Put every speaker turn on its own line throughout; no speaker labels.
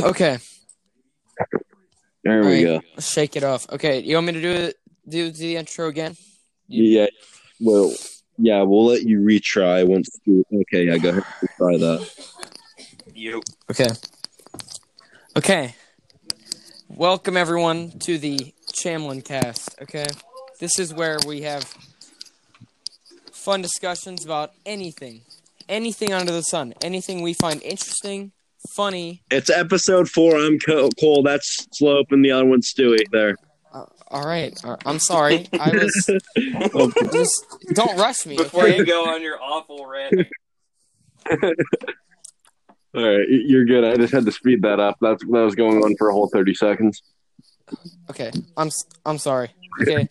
Okay,
There we
Alright.
go.
let's shake it off. Okay, you want me to do it? Do, do the intro again?
Yeah. Well, yeah, we'll let you retry once. You, okay, yeah, go ahead and try that.
You. Okay. Okay. Welcome everyone to the Chamlin Cast. Okay, this is where we have fun discussions about anything, anything under the sun, anything we find interesting, funny.
It's episode four. I'm Co- Cole. That's Slope, and the other one's Stewie. There.
Uh, all right, all right. I'm sorry. I was
Oh,
just don't rush me.
Before
okay?
you go on your awful rant,
All right, y- you're good. I just had to speed that up. That's that was going on for a whole thirty seconds.
Okay, I'm s- I'm sorry. Okay.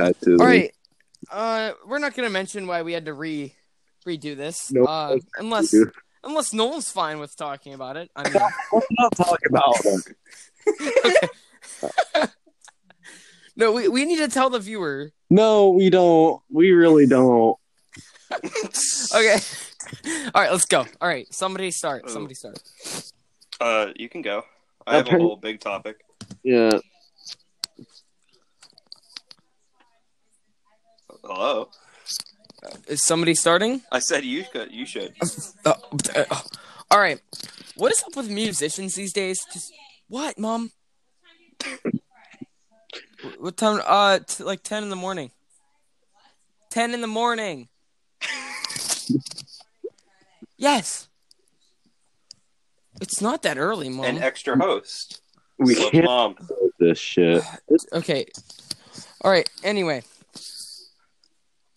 I had to.
All right. Uh, we're not gonna mention why we had to re redo this.
Nope.
Uh, unless
Dude.
unless Noel's fine with talking about it. I mean,
Let's not talk about it.
no, we, we need to tell the viewer.
No, we don't. We really don't.
Okay. All right, let's go. All right, somebody start. Somebody start.
uh, you can go. I have a whole big topic.
Yeah,
Hello,
Is somebody starting?
I said you could. You should.
Uh, uh, uh, all right. What is up with musicians these days? Just what, mom? what time? Uh, t- like ten in the morning. Ten in the morning. yes. It's not that early, mom.
An extra host.
we
Sub
can't
mom.
do this shit.
okay. All right. Anyway,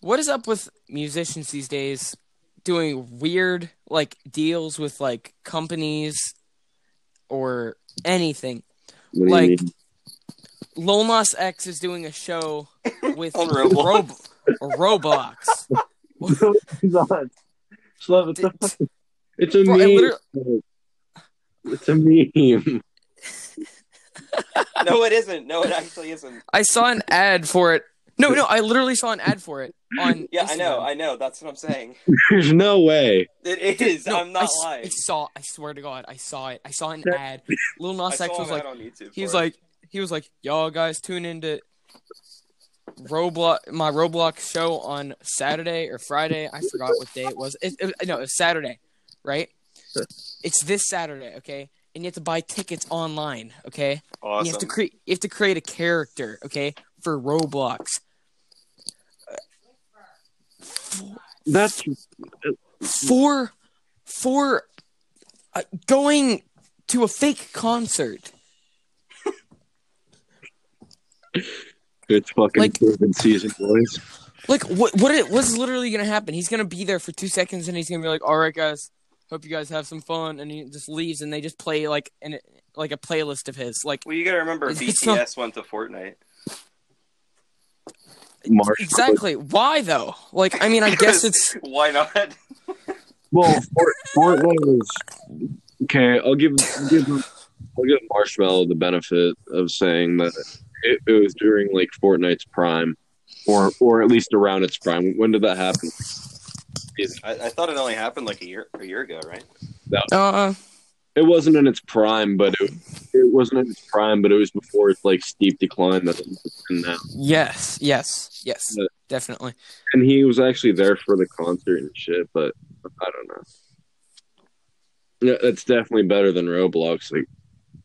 what is up with musicians these days doing weird like deals with like companies or anything?
What do you
Like-
mean?
Lil Nas X is doing a show with
On Roblox.
Rob- Roblox.
He's on. Slow, it's, a,
Bro,
it's a
I
meme.
literally-
It's a meme.
No, it isn't. No, it actually isn't.
I saw an ad for it. No, no, I literally saw an ad for it on.
Yeah, I know.
Instagram.
I know. That's what I'm saying.
There's no way.
It is.
No,
I'm
I
not
s- I
lying.
saw. I swear to God, I saw it. I saw an
Yeah.
ad. Lil
I
Nas X
saw
was
him
like,
out on YouTube.
he was
for it.
like he was like y'all guys tune into roblox my roblox show on saturday or friday i forgot what day it was it, it- no it was saturday right it's this saturday okay and you have to buy tickets online okay And you have to
awesome.
create you have to create a character okay for roblox
That's
for for uh, going to a fake concert
it's fucking
Like-
proven season, boys.
Like what what it what's literally gonna happen? He's gonna be there for two seconds and he's gonna be like, All right guys, hope you guys have some fun and he just leaves and they just play like an like a playlist of his. Like
Well, you gotta remember,
It's- it's
BTS
not-
went to Fortnite.
Marsh.
exactly. Why though? Like I mean I guess it's
Why not?
Well, Fort, Fortnite is okay. I'll give give
I'll give Marshmallow the benefit of saying that it, it was during like Fortnite's prime, or or at least around its prime. When did that happen?
I, I thought it only happened like a year, a year ago, right?
uh
It wasn't in its prime, but it, it wasn't in its prime, but it was before its like steep decline that it's in now.
yes, yes, yes.
Yeah.
Definitely.
and he was actually there for the concert and shit. But I don't know. Yeah, that's definitely better than Roblox. Like,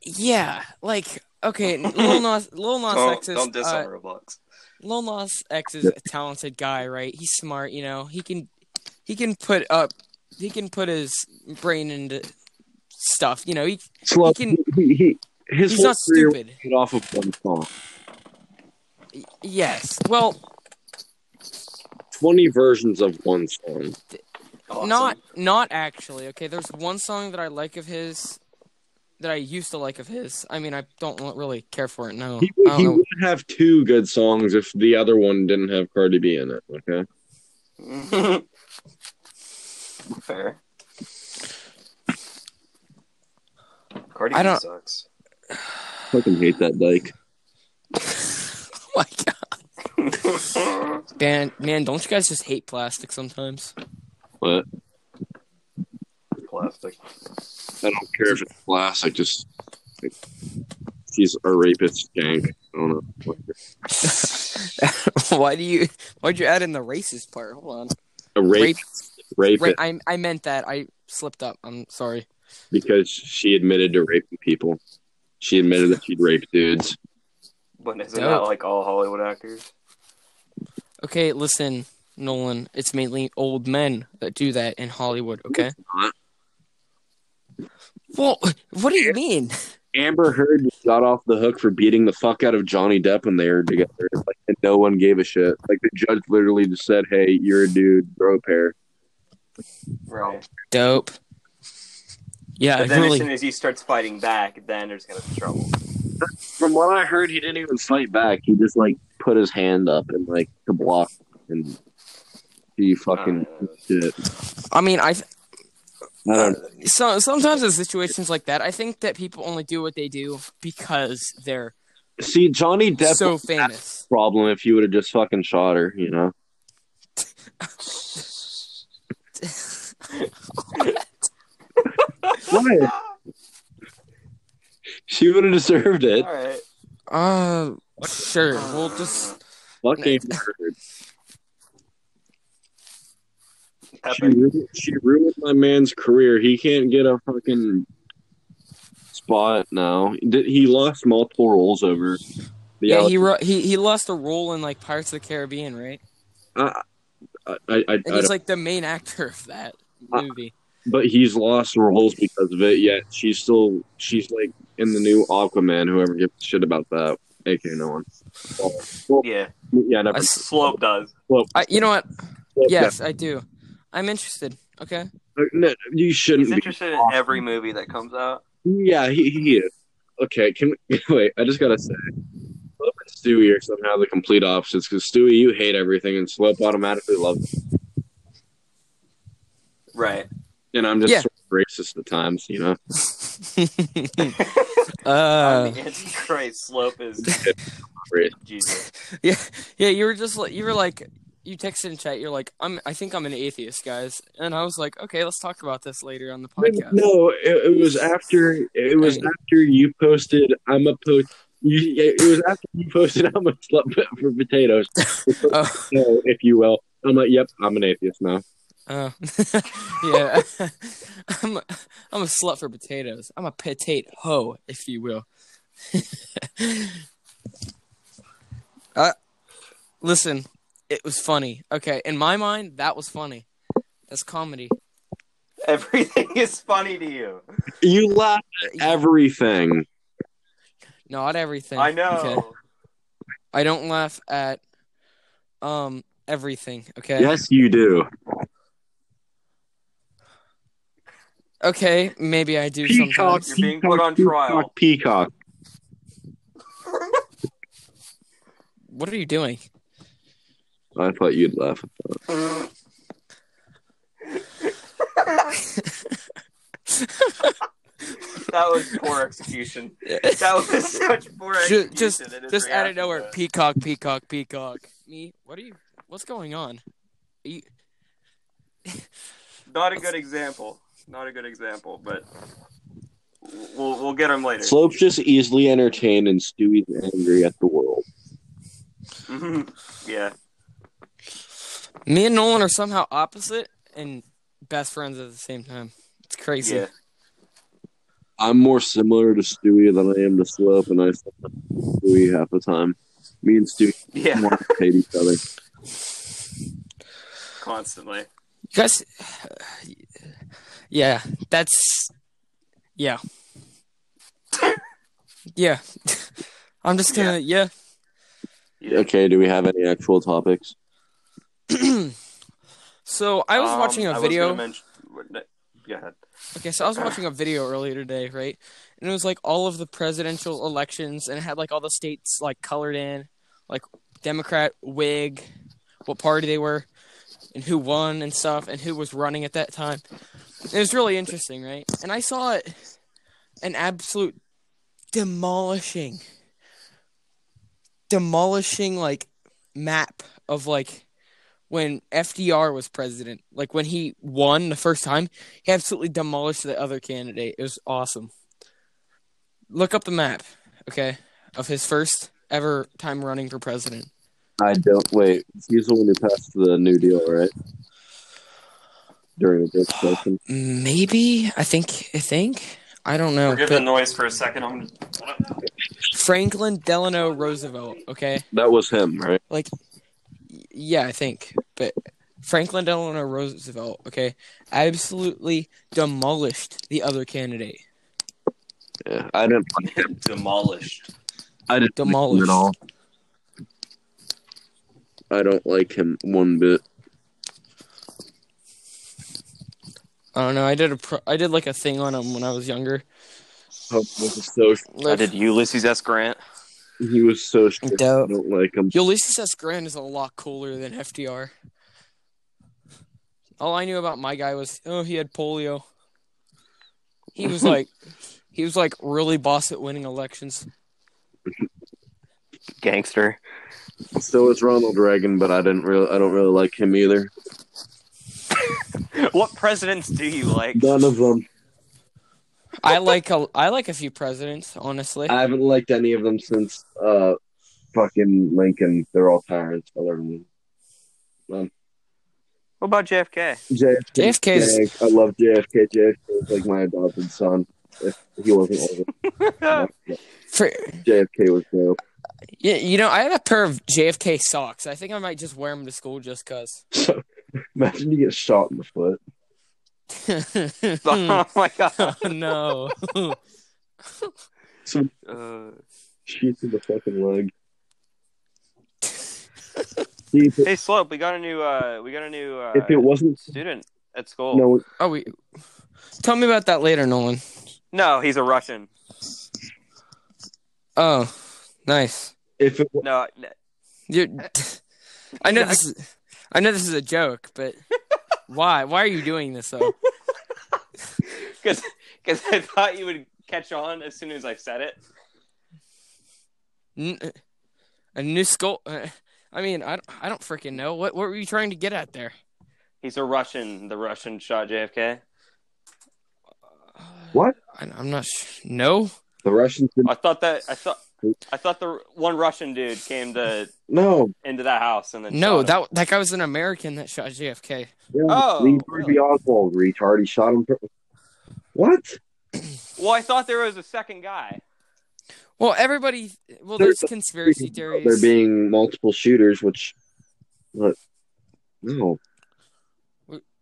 Yeah. Like okay, Lil Nas Lil Nas
Don't,
X is
don't diss
uh,
on Roblox.
Lil Nas X is a talented guy, right? He's smart, you know. He can he can put up he can put his brain into stuff, you know. He, he
Slow.
can
He, he, his
he's
whole
not
career
stupid.
was off of one song.
Y- Yes. Well,
Twenty versions of one song.
Awesome.
not not actually. Okay, there's one song that I like of his that I used to like of his. I mean, I don't wa- really care for it now.
He,
Oh, I don't
he
know.
would have two good songs if the other one didn't have Cardi B in it. Okay.
Fair. Cardi
I
B
don't-
sucks.
Fucking hate that dyke.
Oh my God. Man, man, don't you guys just hate plastic sometimes?
But
Pleb. plastic.
I don't care if it's glass. I just like, she's a rapist skank. I don't know. Whatever.
why do you? Why'd you add in the racist part? Hold on.
A rape, rape,
Ra- I I meant that. I slipped up. I'm sorry.
because she admitted to raping people. She admitted that she'd rape dudes.
But isn't
Dope.
that like all Hollywood actors?
Okay, listen, Nolan. It's mainly old men that do that in Hollywood. Okay.
not.
Well, what do you mean?
Amber Heard got off the hook for beating the fuck out of Johnny Depp when they were together. Like, and no one gave a shit. Like the judge literally just said, "Hey, you're a dude, grow a pair."
Right.
Dope. Yeah,
But
it
then
really.
as soon as he starts fighting back, then there's gonna be trouble.
From what I heard, he didn't even fight back. He just like put his hand up and like to block, and he fucking
Uh.
shit.
I mean, I
I don't
so sometimes in situations like that, I think that people only do what they do because they're
see Johnny Depp.
so
was that
famous.
problem if you would have just fucking shot her, you know. What? she would have deserved it.
All right.
Uh, sure. We'll just
Fuck Amber Heard. She
Epic.
ruined, she ruined my man's career. He can't get a fucking spot now. Did- He lost multiple roles over. The
yeah.
Alec-
He ru- he he lost a role in like Pirates of the Caribbean, right?
I, I, I, I, I
And
don't-
he's like the main actor of that
Uh,
movie.
but he's lost roles because of it. Yet she's still she's like in the new Aquaman. Whoever gives a shit about that, aka no one.
Yeah.
Yeah,
I
never.
s-
Slope does.
I, you know what?
well,
Yes, I do. I'm interested. Okay.
yeah. No, you shouldn't.
He's
Be.
interested in every movie that comes out.
Yeah, he, he is. Okay, can we, wait. I just gotta say, Slope and Stewie are somehow the complete opposites. Because Stewie, you hate everything, and Slope automatically loves. It.
Right.
And I'm just
Yeah.
sort of racist at times, you know.
Uh,
I'm the Antichrist. Slope is
Right.
Jesus.
yeah, yeah. You were just like you were like you texted in chat. You're like I'm. I think I'm an atheist, guys. And I was like, okay, let's talk about this later on the podcast.
No, it, it was after it was
Dang.
after you posted. I'm a post. You, it was after you posted. I'm a slut for potatoes,
Oh,
so, if you will. I'm like, yep, I'm an atheist now.
oh. yeah. I'm a, I'm a slut for potatoes. I'm a potato hoe, if you will. uh, listen, it was funny. Okay, in my mind, that was funny. That's comedy.
Everything is funny to you.
You laugh at everything.
Not everything.
I know.
okay? I don't laugh at um everything. Okay.
Yes, you do.
Okay, maybe I do
Peacock,
sometimes.
You're being put on
peacock,
trial.
Peacock.
What are you doing?
I thought you'd laugh.
that was poor execution. That was such poor
Ju-
execution.
just-
in his
Just out of
reaction
nowhere,
to it.
peacock, peacock, peacock. Me? What are you? What's going on? Are you-
Not a good example. Not a good example, but we'll we'll get him later.
Slope's just easily entertained, and Stewie's angry at the world.
Mhm. yeah.
Me and Nolan are somehow opposite and best friends at the same time. It's crazy.
Yeah.
I'm more similar to Stewie than I am to Slope, and I still like Stewie half the time. Me and Stewie
Yeah.
want to hate each other.
Constantly.
You guys. Yeah, that's. Yeah. yeah. I'm just gonna. yeah.
Yeah.
Okay, do we have any actual topics?
so I was
Um,
watching a
I was
video.
gonna mention- Go ahead.
Okay, so I was watching a video earlier today, right? And it was like all of the presidential elections, and it had like all the states like colored in, like Democrat, Whig, what party they were, and who won and stuff, and who was running at that time. It was really interesting, right? And I saw it an absolute demolishing, demolishing like map of like when FDR was president. Like when he won the first time, he absolutely demolished the other candidate. It was awesome. Look up the map, okay, of his first ever time running for president.
I don't wait. He's the one who passed the New Deal, right? During the Great Depression.
Maybe I think I think I don't know.
Forgive
but
the noise for a second. I'm
Franklin Delano Roosevelt, okay?
That was him, right?
Like, y- yeah, I think. But Franklin Delano Roosevelt, okay, absolutely demolished the other candidate.
Yeah. I didn't like him.
demolished.
I didn't
Demolished.
like him at all. I don't like him one bit.
I don't know. I did a pro- I did like a thing on him when I was younger.
Oh, He was so
I did Ulysses S. Grant.
he was so strict.
Dope.
I don't like him.
Ulysses S. Grant is a lot cooler than FDR. All I knew about my guy was oh he had polio. He was like he was like really boss at winning elections.
Gangster.
So is Ronald Reagan, but I didn't really I don't really like him either.
What presidents do you like?
None of them.
I like a I like a few presidents, honestly.
I haven't liked any of them since uh fucking Lincoln. They're all tyrants other than
What about JFK?
JFK.
JFK 's-
I love JFK. JFK is like my adopted son. If he wasn't older,
Oh
For,
JFK was dope.
yeah, you know, I have a pair of JFK socks. I think I might just wear them to school just cause.
So imagine you get shot in the foot.
oh
oh
Hmm.
my god.
no.
Uh,
Shoots in the fucking leg. See, if, it,
hey, Slope, we got a new uh, we got a new uh,
if it wasn't
student at school. No.
no,
Oh, we. Tell me about that later, Nolan.
he's a Russian.
Oh, nice.
if it wa-
No, n-
You.
Uh,
I know this. Is, I know this is a joke, but why? Why are you doing this though?
because because I thought you would catch on as soon as I said it.
N- A new school. uh, I mean, I don't, I don't freaking know. What What were you trying to get at there?
He's a Russian. The Russian shot JFK.
what
I, I'm not. Sh- no.
the Russians did
I thought that I thought I thought the one Russian dude came to
no.
into that house and then
No,
shot him.
that that guy was an American that shot JFK.
Yeah,
Oh,
Lee
really?
Harvey Oswald, retard. He shot him. For, what?
Well, I thought there was a second guy.
Well, everybody. Well,
They're-
there's conspiracy
There
theories.
being multiple shooters, which, what? No,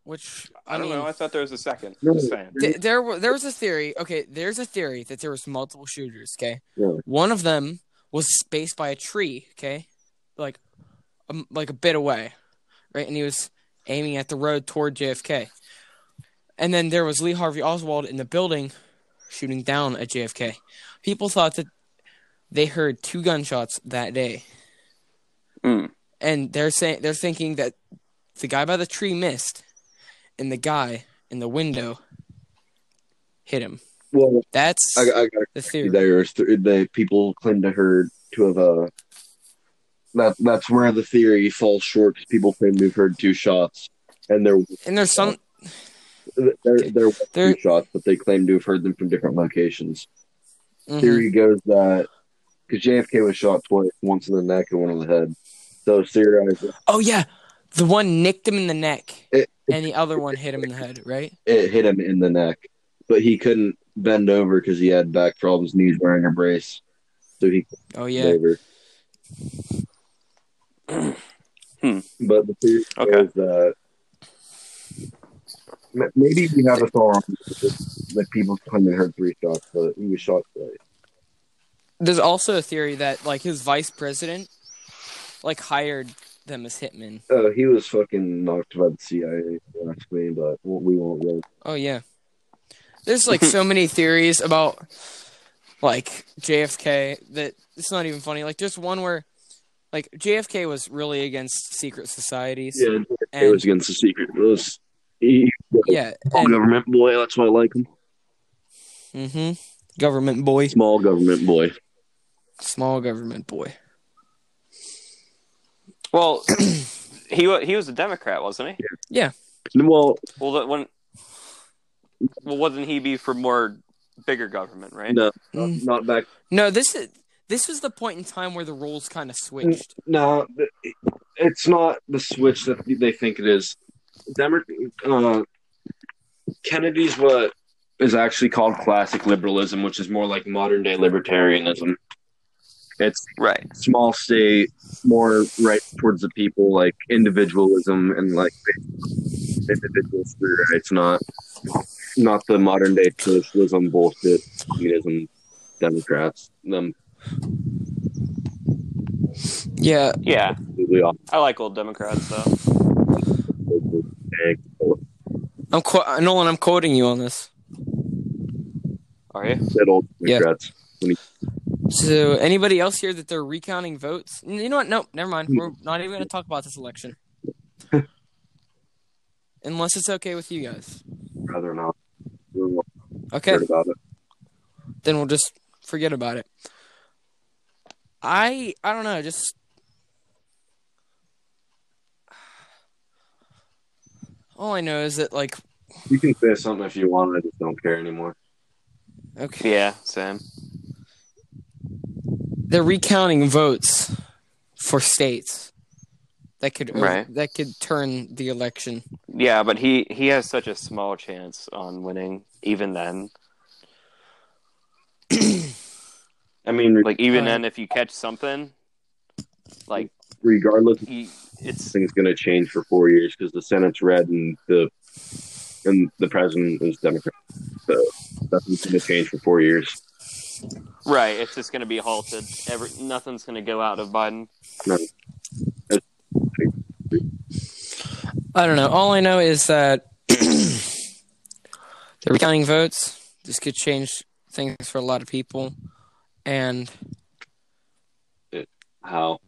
which I,
I, don't
mean,
know. I thought there was a second.
No.
Just saying.
th- there were there was a theory. Okay, there's a theory that there was multiple shooters. Okay,
Yeah.
one of them was spaced by a tree. Okay, like um, like a bit away, right? And he was aiming at the road toward JFK. And then there was Lee Harvey Oswald in the building, shooting down at JFK. People thought that they heard two gunshots that day,
Hmm.
and they're saying they're thinking that the guy by the tree missed, and the guy in the window hit him.
well,
That's
I, I got a
the
There
theory.
There's th- the people claim to heard to have uh that that's where the theory falls short 'cause people claim to have heard two shots and there
and there's some
there there were
There-
two shots but they claim to have heard them from different locations.
Mm-hmm.
mhm.
Theory goes that because JFK was shot twice, once in the neck and one in the head. So it's theorized that
Oh yeah, the one nicked him in the neck,
It-
and the other one hit him in the head. Right?
it hit him in the neck, but he couldn't bend over because he had back problems and he was wearing a brace, so he
Oh
yeah.
yeah.
Hmm.
But the theory
Okay.
is that m- maybe we have it all wrong. it's just That people claim they heard three shots, but he was shot twice.
There's also a theory that like his vice president, like hired them as hitmen.
Oh, he was fucking knocked by the CIA. if you Ask me, but we won't go.
Oh yeah. There's like so many theories about like JFK that it's not even funny. Like there's one where like JFK was really against secret societies.
Yeah,
and,
it was against the secret. It was he,
yeah,
small government boy. That's why I like him.
and hmm government boy,
Small government boy.
small government boy.
Well, he wa- he was a Democrat, wasn't he?
Well,
Well, that when well, wouldn't he be for more bigger government, right?
No.
Mm.
not back.
No, this is this was the point in time where the rules kind of switched.
No, th- it's not the switch that they think it is. Demo- uh, Kennedy's what is actually called classic liberalism, which is more like modern day libertarianism. It's
Right.
small state, more right towards the people, like individualism and like individuals. It's not not the modern day socialism bullshit, communism, Democrats. Them
Yeah,
Yeah,
completely off.
I like old Democrats though.
I'm qu- Nolan. I'm quoting you on this.
Are you?
Said old
Yeah.
Democrats.
So, anybody else here that they're recounting votes? N- You know what? No, never mind. We're not even going to talk about this election, unless it's okay with you guys.
rather not. We won't
Okay.
hear about it.
then we'll just forget about it. I I don't know, just all I know is that like
You can say something if you want. I just don't care anymore.
okay
Yeah, Sam.
they're recounting votes for states that could over-
Right.
that could turn the election.
Yeah, but he he has such a small chance on winning even then.
I mean,
Like even
Right.
then, if you catch something, like
regardless,
he,
this
it's
thing's going to change for four years because the Senate's red and the and the president is Democrat. So nothing's going to change for four years.
right. It's just going to be halted. Every nothing's going to go out of Biden.
I don't know. All I know is that they're recounting votes. This could change things for a lot of people and
How?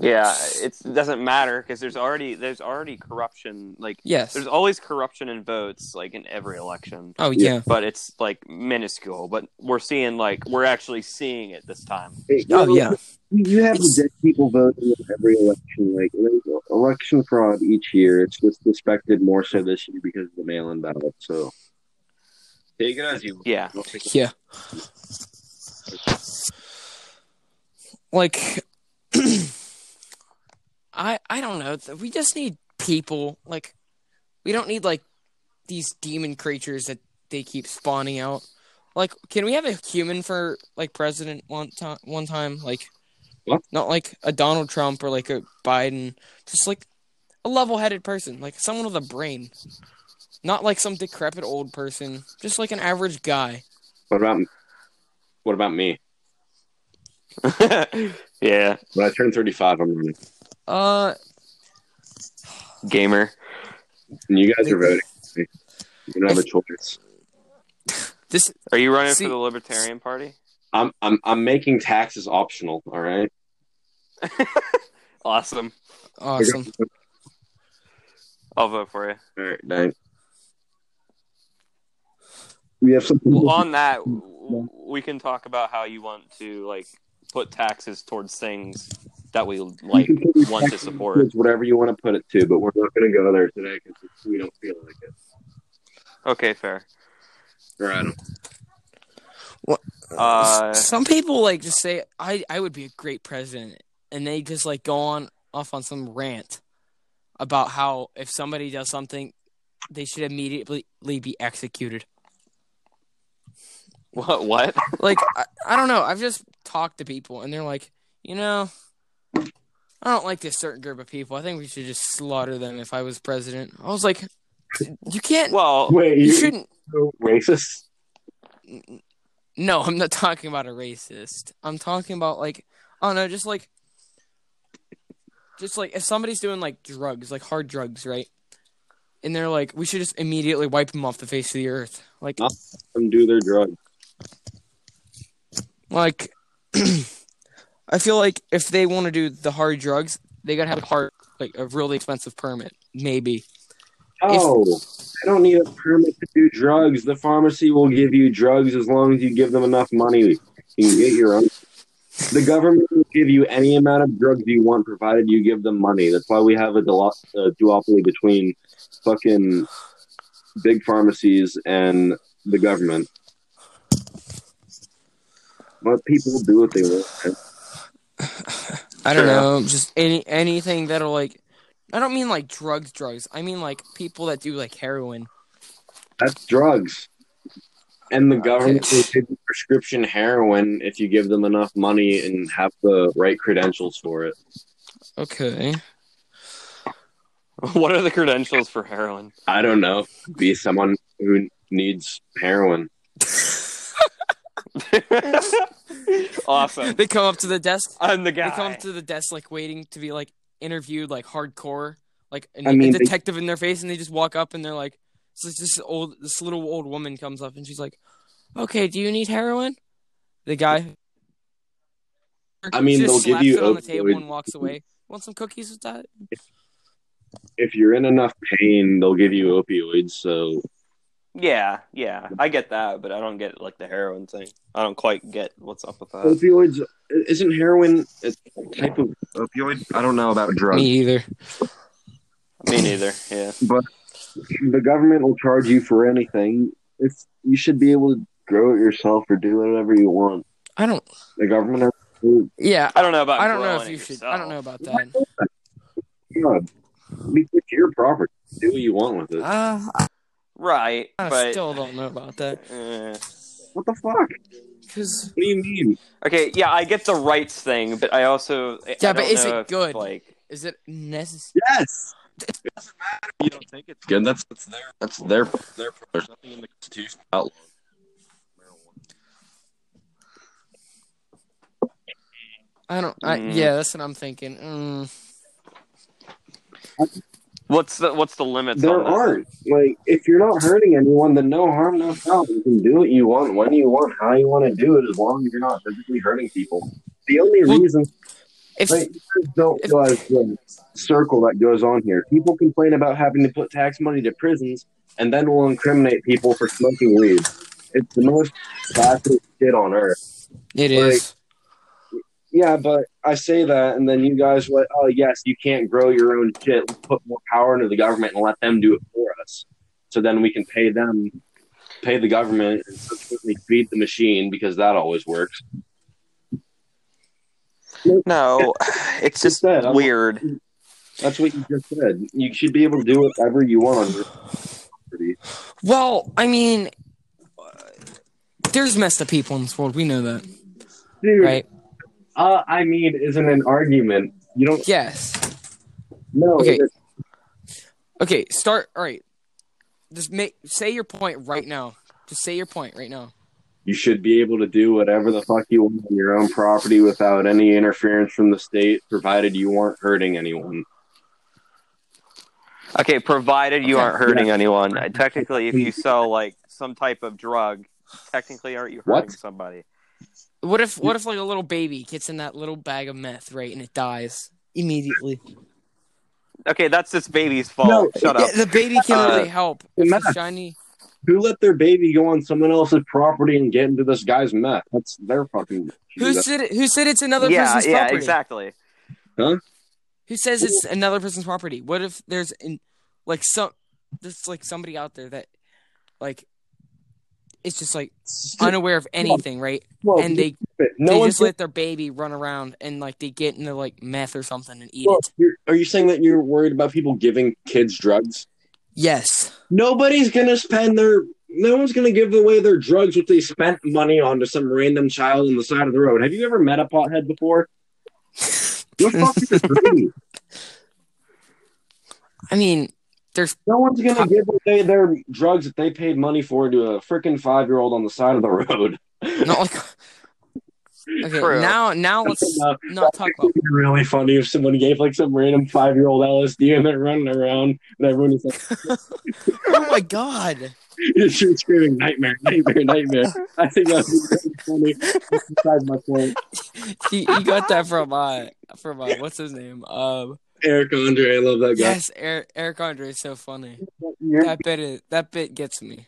Yeah, it's, it doesn't matter because there's already there's already corruption. Like
yes.
there's always corruption in votes, like in every election.
Oh
Yeah.
yeah.
But it's like minuscule. But we're seeing like we're actually seeing it this time.
Oh yeah.
You have
It's-
the dead people voting in every election. Like there's election fraud each year. It's just suspected more so this year because of the mail-in ballot. So take it as you.
Yeah.
Yeah. Like I I don't know. We just need people. Like we don't need like these demon creatures that they keep spawning out. Like can we have a human for like president one time one time like
What?
not like a Donald Trump or like a Biden just like a level-headed person, like someone with a brain. Not like some decrepit old person, just like an average guy.
What about what about me?
yeah,
When I turn 35, I'm running.
Uh
gamer.
And you guys are voting. for me. You don't have a choice.
This
Are you running
See-
for the Libertarian Party?
I'm I'm I'm making taxes optional. All right.
Awesome.
awesome.
I'll vote for you.
All right. Dang. We have something.
Well, on that, w- we can talk about how you want to like put taxes towards things that we like
You can put your
want to
taxes
support.
towards whatever you want to put it to, but we're not going to go there today because we don't feel like it.
Okay, fair.
Or I don't.
Uh,
Some people like just say I I would be a great president, and they just like go on off on some rant about how if somebody does something, they should immediately be executed.
what? What?
Like I, I don't know. I've just talked to people, and they're like, you know, I don't like this certain group of people. I think we should just slaughter them. If I was president, I was like, you can't.
Well,
Wait,
you shouldn't.
racist?
No, I'm not talking about a racist. I'm talking about like I don't know, just like just like if somebody's doing like drugs, like hard drugs, right? And they're like, we should just immediately wipe them off the face of the earth. Like
Huh? Them do their drug.
like I feel like if they want to do the hard drugs, they gotta have a hard like a really expensive permit, maybe.
Oh, I don't need a permit to do drugs. The pharmacy will give you drugs as long as you give them enough money. You can get your own. The government will give you any amount of drugs you want, provided you give them money. That's why we have a, duo- a duopoly between fucking big pharmacies and the government. Let people do what they want.
I don't
Sure.
know, just any anything that'll like. I don't mean like drugs, drugs. I mean like people that do like heroin.
That's drugs. And the
Okay.
government will give you prescription heroin if you give them enough money and have the right credentials for it.
Okay.
What are the credentials for heroin?
I don't know. Be someone who needs heroin.
awesome.
They come up to the desk.
I'm the
They come
guy.
up to the desk like waiting to be like interviewed like hardcore, like an,
I mean,
a
they-
detective in their face, and they just walk up and they're like, so it's this old, this little old woman comes up and she's like, "Okay, do you need heroin?" The guy.
I mean,
She just
they'll give
slaps
you
it on the table
opioid-
and walks away. Want some cookies with that?
If you're in enough pain, they'll give you opioids. So
yeah, yeah. I get that, but I don't get like the heroin thing. I don't quite get what's up with that.
Uh, opioids isn't heroin a type of opioid? I don't know about drugs.
Me either.
Me neither. Yeah.
The government will charge you for anything. It's you should be able to grow it yourself or do whatever you want.
I don't.
The government has to
Yeah,
I don't know about.
I don't know
growing
if
it
you should.
yourself.
I don't know about that.
God, it's your property. Do what you want with it.
Uh,
Right,
I
but
still don't know about that
eh.
What the fuck? What
because
do you mean?
okay, yeah, I get the rights thing, but I also I- I
Yeah, but
don't
is
know
it
if,
good?
Like,
is it necessary?
Yes. It doesn't matter. if You don't think it's good. That's that's their that's their their. There's nothing in the Constitution about marijuana.
I don't. I,
Mm.
Yeah, that's what I'm thinking. Mm.
what's the what's the limits?
There
on this?
aren't. Like, if you're not hurting anyone, then no harm, no foul. You can do what you want, when you want, how you want to do it, as long as you're not physically hurting people. The only
Well,
reason
If
Like, you guys don't
If-
realize the circle that goes on here. People complain about having to put tax money to prisons, and then we'll incriminate people for smoking weed. It's the most classic shit on earth.
it
like-
is,
Yeah, but I say that, and then you guys like, oh yes, you can't grow your own shit. Let's put more power into the government and let them do it for us. So then we can pay them, pay the government, and subsequently feed the machine because that always works.
No, it's just
that, I'm-
weird.
That's what you just said. You should be able to do whatever you want on your property.
well, I mean, uh, there's messed up people in this world. We know that,
Dude,
right?
Uh, I mean, isn't an argument. You don't
Yes.
know.
Okay.
it-
Okay. Start. All right. Just make say your point right now. Just say your point right now.
You should be able to do whatever the fuck you want on your own property without any interference from the state, provided you aren't hurting anyone.
Okay, provided you
Okay.
aren't hurting anyone. Uh, Technically, if you sell like some type of drug, technically, aren't you hurting
What?
somebody?
What if what if like a little baby gets in that little bag of meth, right, and it dies immediately?
Okay, that's this baby's fault. Shut up.
Yeah, the baby can
Uh,
really help. If
meth.
the shiny.
Who let their baby go on someone else's property and get into this guy's meth? That's their fucking.
Who said it, who said it's another
yeah,
person's
yeah,
property?
exactly.
Who says it's another person's property? What if there's in, like some there's like somebody out there that like it's just like unaware of anything, right?
Well,
And they
Oh, no
they
one
just let their baby run around and like they get into like meth or something and eat
Well,
it.
you're- are you saying that you're worried about people giving kids drugs?
Yes.
Nobody's gonna spend their. No one's gonna give away their drugs which they spent money on to some random child on the side of the road. Have you ever met a pothead before? What the fuck is this crazy?
I mean, there's
No one's gonna give away their drugs that they paid money for to a freaking five year old on the side of the road.
not like Okay,
True.
now now let's
Uh,
not talk about
It'd be really funny if someone gave like some random five year old LSD and they're running around and everyone is like
Oh my god.
you're screaming nightmare, nightmare, nightmare. I think that would be really funny. That's beside my point.
You, you got that from uh from uh what's his name? Um
Eric Andre, I love that guy.
Yes, Eric, Eric Andre is so funny.
You're-
That bit is, that bit gets me.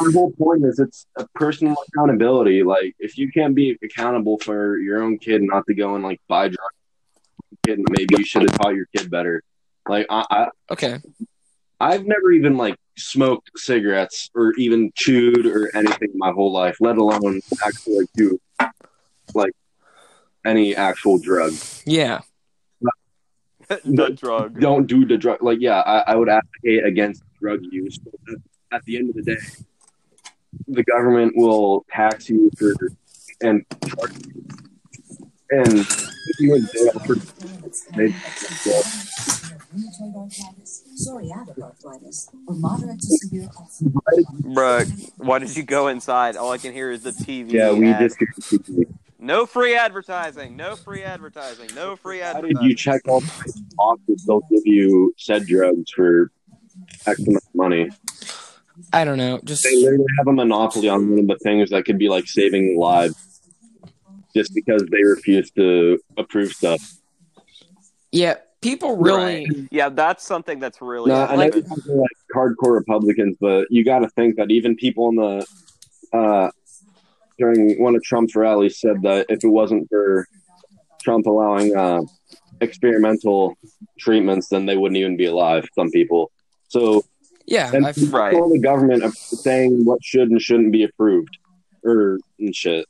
my whole point is it's a personal accountability. Like if you can't be accountable for your own kid not to go and like buy drugs, kid, maybe you should have taught your kid better. Like I, I
Okay.
I've never even like smoked cigarettes or even chewed or anything my whole life, let alone actually like, do like any actual drug.
Yeah.
the drug.
Don't do the drug. Like yeah, I, I would advocate against drug use. But at the end of the day, the government will tax you for and charge you. and put you in jail for they-
Psoriatic arthritis or moderate to severe asthma.
Bruh, why did you go inside? All I can hear is the TV.
yeah. We
ad.
just
No free advertising. No free advertising. No free
how
advertising.
did you check all the boxes? They'll give you said drugs for X amount of money.
I don't know. Just
they literally have a monopoly on one of the things that could be like saving lives just because they refuse to approve stuff.
yeah. People really.
Yeah, that's something that's really.
No, I know
Like-
you're talking, like hardcore Republicans, but you got to think that even people in the uh, during one of Trump's rallies said that if it wasn't for Trump allowing uh, experimental treatments, then they wouldn't even be alive. Some people, so
Yeah.
and
I've,
people
Right.
in the government are saying what should and shouldn't be approved or and shit.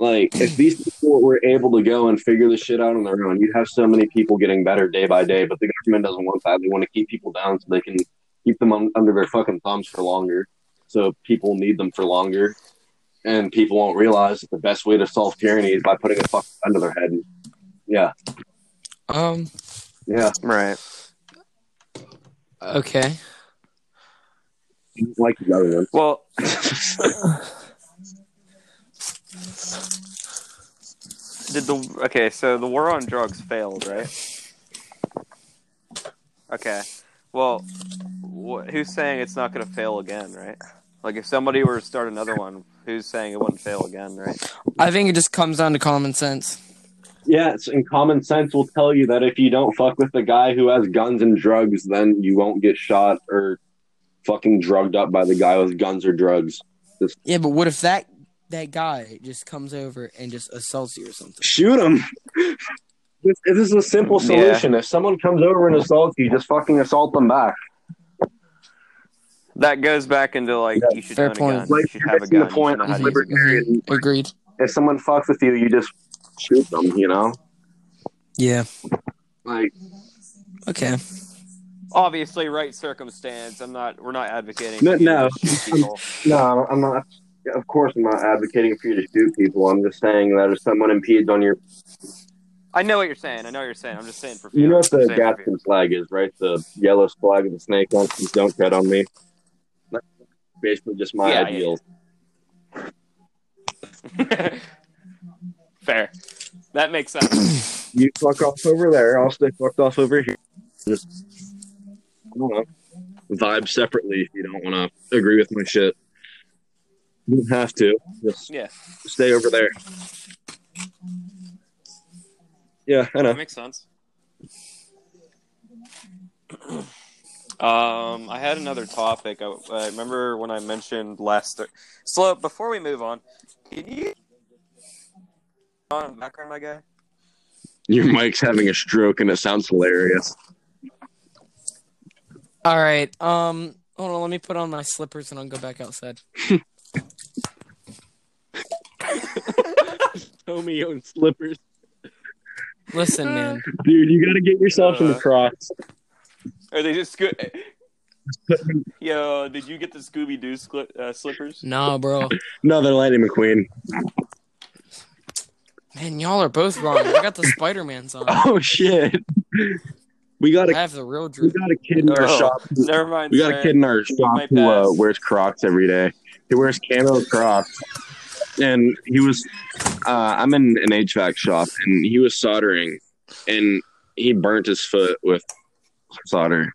Like if these people were able to go and figure this shit out on their own, you'd have so many people getting better day by day. But the government doesn't want that. They want to keep people down so they can keep them un- under their fucking thumbs for longer. So people need them for longer, and people won't realize that the best way to solve tyranny is by putting a fucking gun to their head. Yeah,
um.
yeah.
Right.
Okay.
Like the government.
Well, did the okay? So the war on drugs failed, right? Okay. Well, wh- who's saying it's not going to fail again, right? Like if somebody were to start another one, who's saying it wouldn't fail again, right?
I think it just comes down to common sense.
Yes, and common sense will tell you that if you don't fuck with the guy who has guns and drugs, then you won't get shot or fucking drugged up by the guy with guns or drugs.
Yeah, but what if that that guy just comes over and just assaults you or something?
Shoot him. this, this is a simple
Yeah.
solution. If someone comes over and assaults you, just fucking assault them back.
That goes back into like you should
Fair
own a
point.
gun. You should have a
That's the
gun. You
point.
should know how to use a gun.
Libertarian.
Mm-hmm. Agreed.
If someone fucks with you, you just shoot them. You know,
Yeah.
like
Okay.
Obviously, right circumstance. I'm not. We're not advocating.
No,
you know,
no.
shoot people.
No, I'm not. Of course, I'm not advocating for you to shoot people. I'm just saying that if someone impedes on your,
I know what you're saying. I know what you're saying. I'm just saying for fear.
you know what
I'm
the
saying for fear.
Gascon flag is, right? The yellow flag of the snake. Don't don't tread on me. That's basically just my
Yeah,
ideals.
Fair. That makes sense.
You fuck off over there. I'll stay fucked off over here. Just, I don't know. Vibe separately if you don't want to agree with my shit. You don't have to. Just
yeah,
stay over there. Yeah, I know.
that makes sense. Um, I had another topic. I, I remember when I mentioned last. Th- so before we move on, can you on background, my guy?
Your mic's having a stroke and it sounds hilarious.
All right. Um. Hold on. Let me put on my slippers and I'll go back outside.
Tommy owns slippers.
Listen, man.
Dude, you gotta get yourself some
Uh.
Crocs.
Are they just good? Yo, did you get the Scooby Doo sli- uh, slippers?
Nah, bro.
No, they're Lightning McQueen.
Man, y'all are both wrong. I got the Spider Man's on. I
Oh shit. We got a
have the real
we
Drew.
got a kid in our
Oh.
shop.
Never mind.
We got a
Sam.
kid in our shop
My
who uh,
pass.
wears Crocs every day. He wears camo Crocs, and he was. Uh, I'm in an HVAC shop, and he was soldering, and he burnt his foot with solder.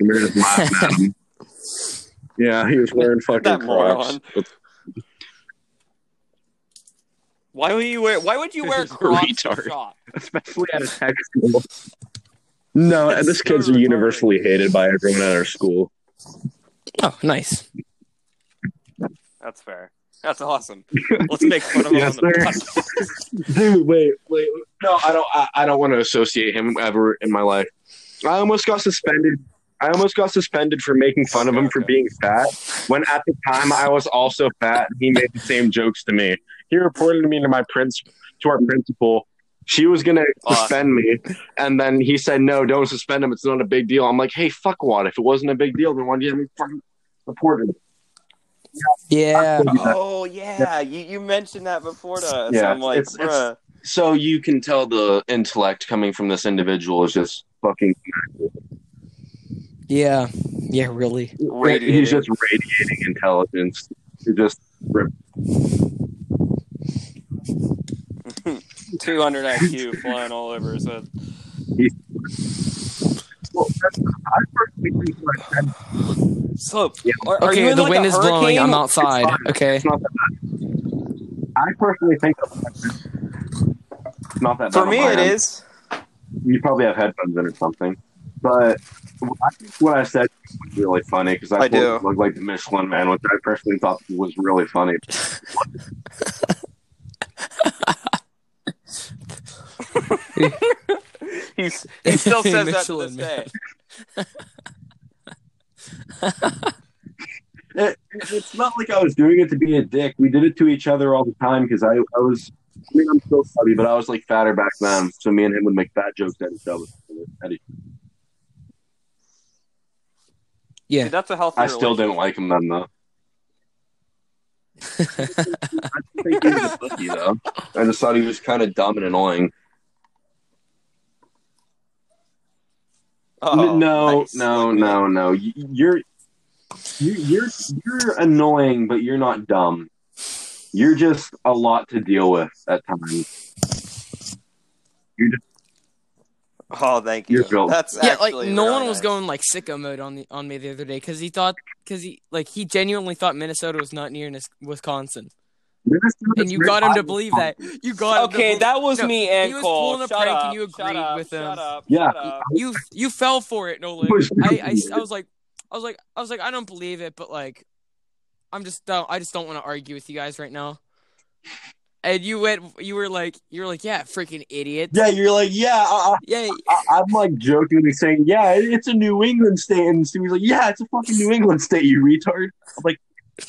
We were just laughing at him. Yeah, he was wearing fucking
That
Crocs.
moron. Why would you wear? Why would you wear Crocs to
Retard.
shop?
especially at a tech school. No,
That's
this
so
kids are
retarded.
universally hated by everyone at our school.
Oh, nice.
That's fair. That's awesome. Let's make fun of him
Yes,
on the
sir.
podcast.
Dude, wait, wait. No, I don't. I, I don't want to associate him ever in my life. I almost got suspended. I almost got suspended for making fun of him for being fat. When at the time I was also fat, and he made the same jokes to me. He reported me to my prince to our principal. She was gonna
Awesome.
suspend me, and then he said, "No, don't suspend him. It's not a big deal." I'm like, "Hey, fuck what? If it wasn't a big deal, then why do you have me fucking reported?"
Yeah.
Oh yeah, you, you mentioned that before to us.
Yeah,
I'm like,
it's- it's-
bruh.
So you can tell the intellect coming from this individual is just fucking
Yeah. Yeah, really.
Radiating.
He's just radiating intelligence. He just
two hundred IQ flying all over his head.
well, that's, I personally think like that's
Slope.
Yeah.
Are, are you
Okay,
in,
the
like,
wind
a
is blowing. I'm
hurricane?
outside.
It's fine.
Okay.
not that bad. I personally think it's not that bad.
For
on
me,
my
it
end.
is.
You probably have headphones in or something, but I think what I said was really funny because I,
I
thought
do.
it looked like the Michelin Man, which I personally thought was really funny.
He's, he still says that to
Michelin
this day.
It, it's not like I was doing it to be a dick. We did it to each other all the time because I, I was. I mean, I'm still chubby, but I was like fatter back then. So me and him would make fat jokes at each other. At each-
Yeah.
Dude, that's a healthy.
I still
relationship.
didn't like him then, though. I didn't think he was a pussy, though. I just thought he was kind of dumb and annoying. N-
Oh,
no,
nice.
no,
Look at
no, no. Y- You're you- you're you're annoying, but you're not dumb. You're just a lot to deal with at times. You're just
that. Oh, thank you.
You're built.
That's
yeah, like
actually
no
really
one was
nice.
going like sicko mode on the on me the other day because he thought because he like he genuinely thought Minnesota was not near Nis- Wisconsin,
Minnesota's
and you
red
got him to
hot.
believe that. You got him to
Okay,
believe-
that was
No,
me and
he was
Cole.
pulling a
shut
prank
up,
and you
shut
agreed
up,
with him.
Shut up.
Yeah.
Shut up.
you you fell for it, Nolan.
It was
I,
really
I, I was like, I was like, I was like, I don't believe it, but like, I'm just don't, I just don't want to argue with you guys right now. And you went, you were like, you were like, yeah, freaking idiot.
Yeah, you're like, yeah. I,
yeah.
I, I'm like jokingly saying, yeah, it- it's a New England state, and Stevie's like, yeah, it's a fucking New England state, you retard. I'm like,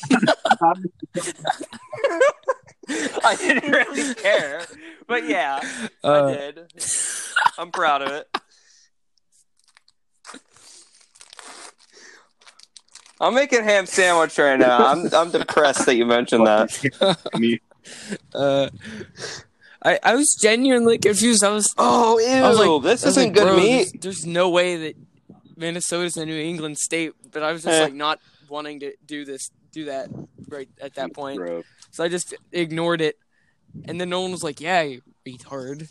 I didn't really care, but yeah, I
Uh,
did. I'm proud of it. I'm making ham sandwich right now. I'm I'm depressed that you mentioned that.
I mean,
uh, I I was genuinely confused. I was
Oh, ew!
was like-
this
I was
isn't
like,
good
"Bro,
meat.
There's, there's no way that Minnesota's a New England state, but I was just
Eh.
like not wanting to do this, do that right at that point.
bro.
So I just ignored it, and then Nolan was like, "Yeah, you retard."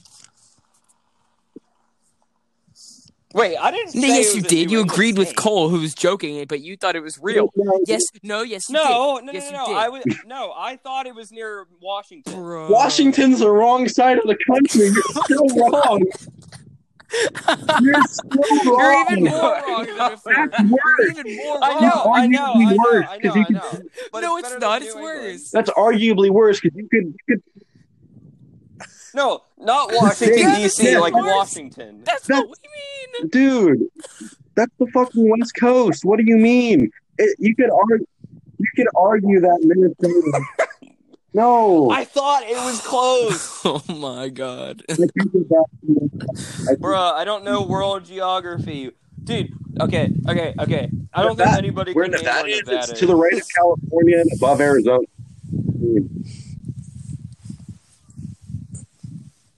Wait, I didn't. say it
yes,
was
you
a
did.
New
You
England
agreed with
state.
Cole, who was joking, but you thought it was real. Yes, no, yes, you
No, no,
Yes, you
no, no.
did.
I was no. I thought it was near
did.
Washington.
Bro.
Washington's the wrong side of the country. You're still wrong. You're still
Oh You're
wrong.
even more
No,
wrong
no.
than before.
That's
You're
worse.
even more wrong.
I know, I know,
Arguably
I know,
worse,
I
'cause
know,
you
I
could-
know. But
no,
it's,
it's
better
not.
than
It's
New England.
worse.
That's arguably worse because you could, you could.
No, not Washington
Yeah,
D.C.
that's
like
worse.
Washington.
That's what
That-
we mean.
Dude, that's the fucking West Coast. What do you mean? It, you could argue. You could argue that Minnesota. No,
I thought it was close,
Oh my god.
I think that- I think-
bruh. I don't know world geography, dude. Okay, okay, okay. I don't think
Nevada.
anybody
We're
can
in
name
Nevada.
where
It's
Nevada
to the
is.
right of California and above Arizona.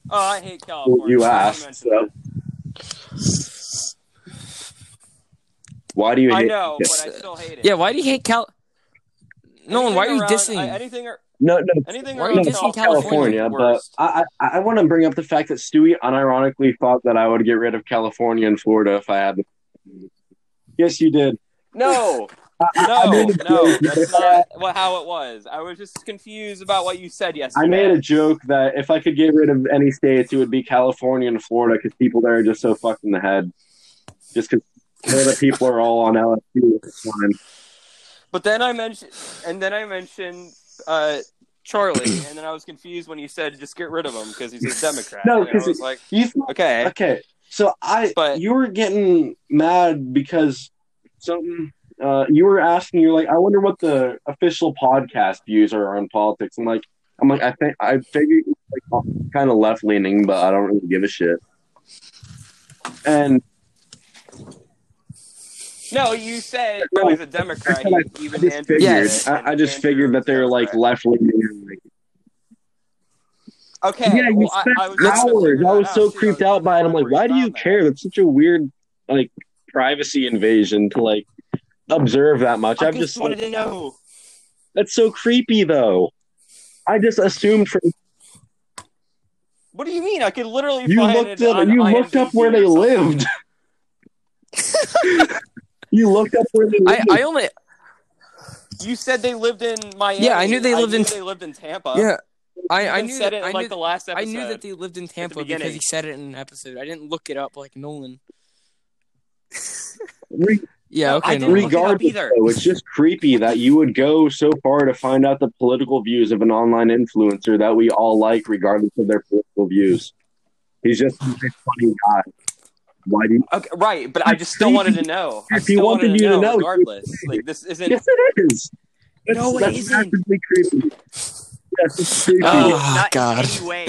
Oh, I hate
Well,
California.
you
Why did
asked, so.
mention that?
Why do you
I
hate?
know,
Yes.
but I still hate it.
Yeah, why do you hate Cal? Nolan,
Anything
why are you
around-
dissing?
I- anything? or-
No, no,
Anything?
Why are
around
you dissing
California, is
California,
California,
the
but
worst.
I I, I want to bring up the fact that Stewie unironically thought that I would get rid of California and Florida if I had. the- Yes, you did.
No, no, no. That's not wha- how it was. I was just confused about what you said yesterday.
I made a joke that if I could get rid of any states, it would be California and Florida because people there are just so fucked in the head. Just because Florida people are all on LSD at the time.
But then I mentioned, and then I mentioned uh, Charlie, and then I was confused when you said just get rid of him because he's a Democrat.
No,
And I
'cause
was
it-
like,
You thought,
okay,
okay, so I
But-
you were getting mad because something uh, you were asking. You're like, I wonder what the official podcast views are on politics. I'm like, I'm like, I think I figured it's like kind of left leaning, but I don't really give a shit. And
no, you said Charlie's a Democrat.
I
even
just
Andrew
figured,
Yes.
I, I just figured that they're like left leaning. Like,
okay.
yeah, you
well, I-
spent
I, was trying to
hours. I
figure that
was
out,
so
too. I
creeped out by it. I'm like,
worried
why do
about
you
that.
care? That's such a weird like privacy invasion to like observe that much.
I
I've
just
just like,
wanted to know.
that's so creepy though. I just assumed from
What do you mean? I could literally
you
find
looked
it
up
on
you looked up
IMDb
where
or
they
something.
lived. you looked up where they
I,
lived.
I only
You said they lived in Miami.
Yeah, I knew they lived in-
They lived in Tampa.
yeah. I,
You
I
even
knew
said
that,
it in
I
like
knew,
the last
I
episode.
knew that they lived in Tampa because
beginning.
he said it in an episode. I didn't look it up like Nolan.
Re-
Yeah,
No,
okay.
I didn't
Nolan.
look it up
regardless,
either.
though, it's just creepy that you would go so far to find out the political views of an online influencer that we all like, regardless of their political views. He's just a nice, funny guy. Why do you?
Okay, right, but I just still
creepy.
wanted to know. I
If you
still
wanted
wanted
you to know, you
regardless. Like this isn't.
Yes, it is. That's,
No, it
that's
isn't.
massively creepy. Yes, it's creepy.
Oh,
it's not
God.
In any way.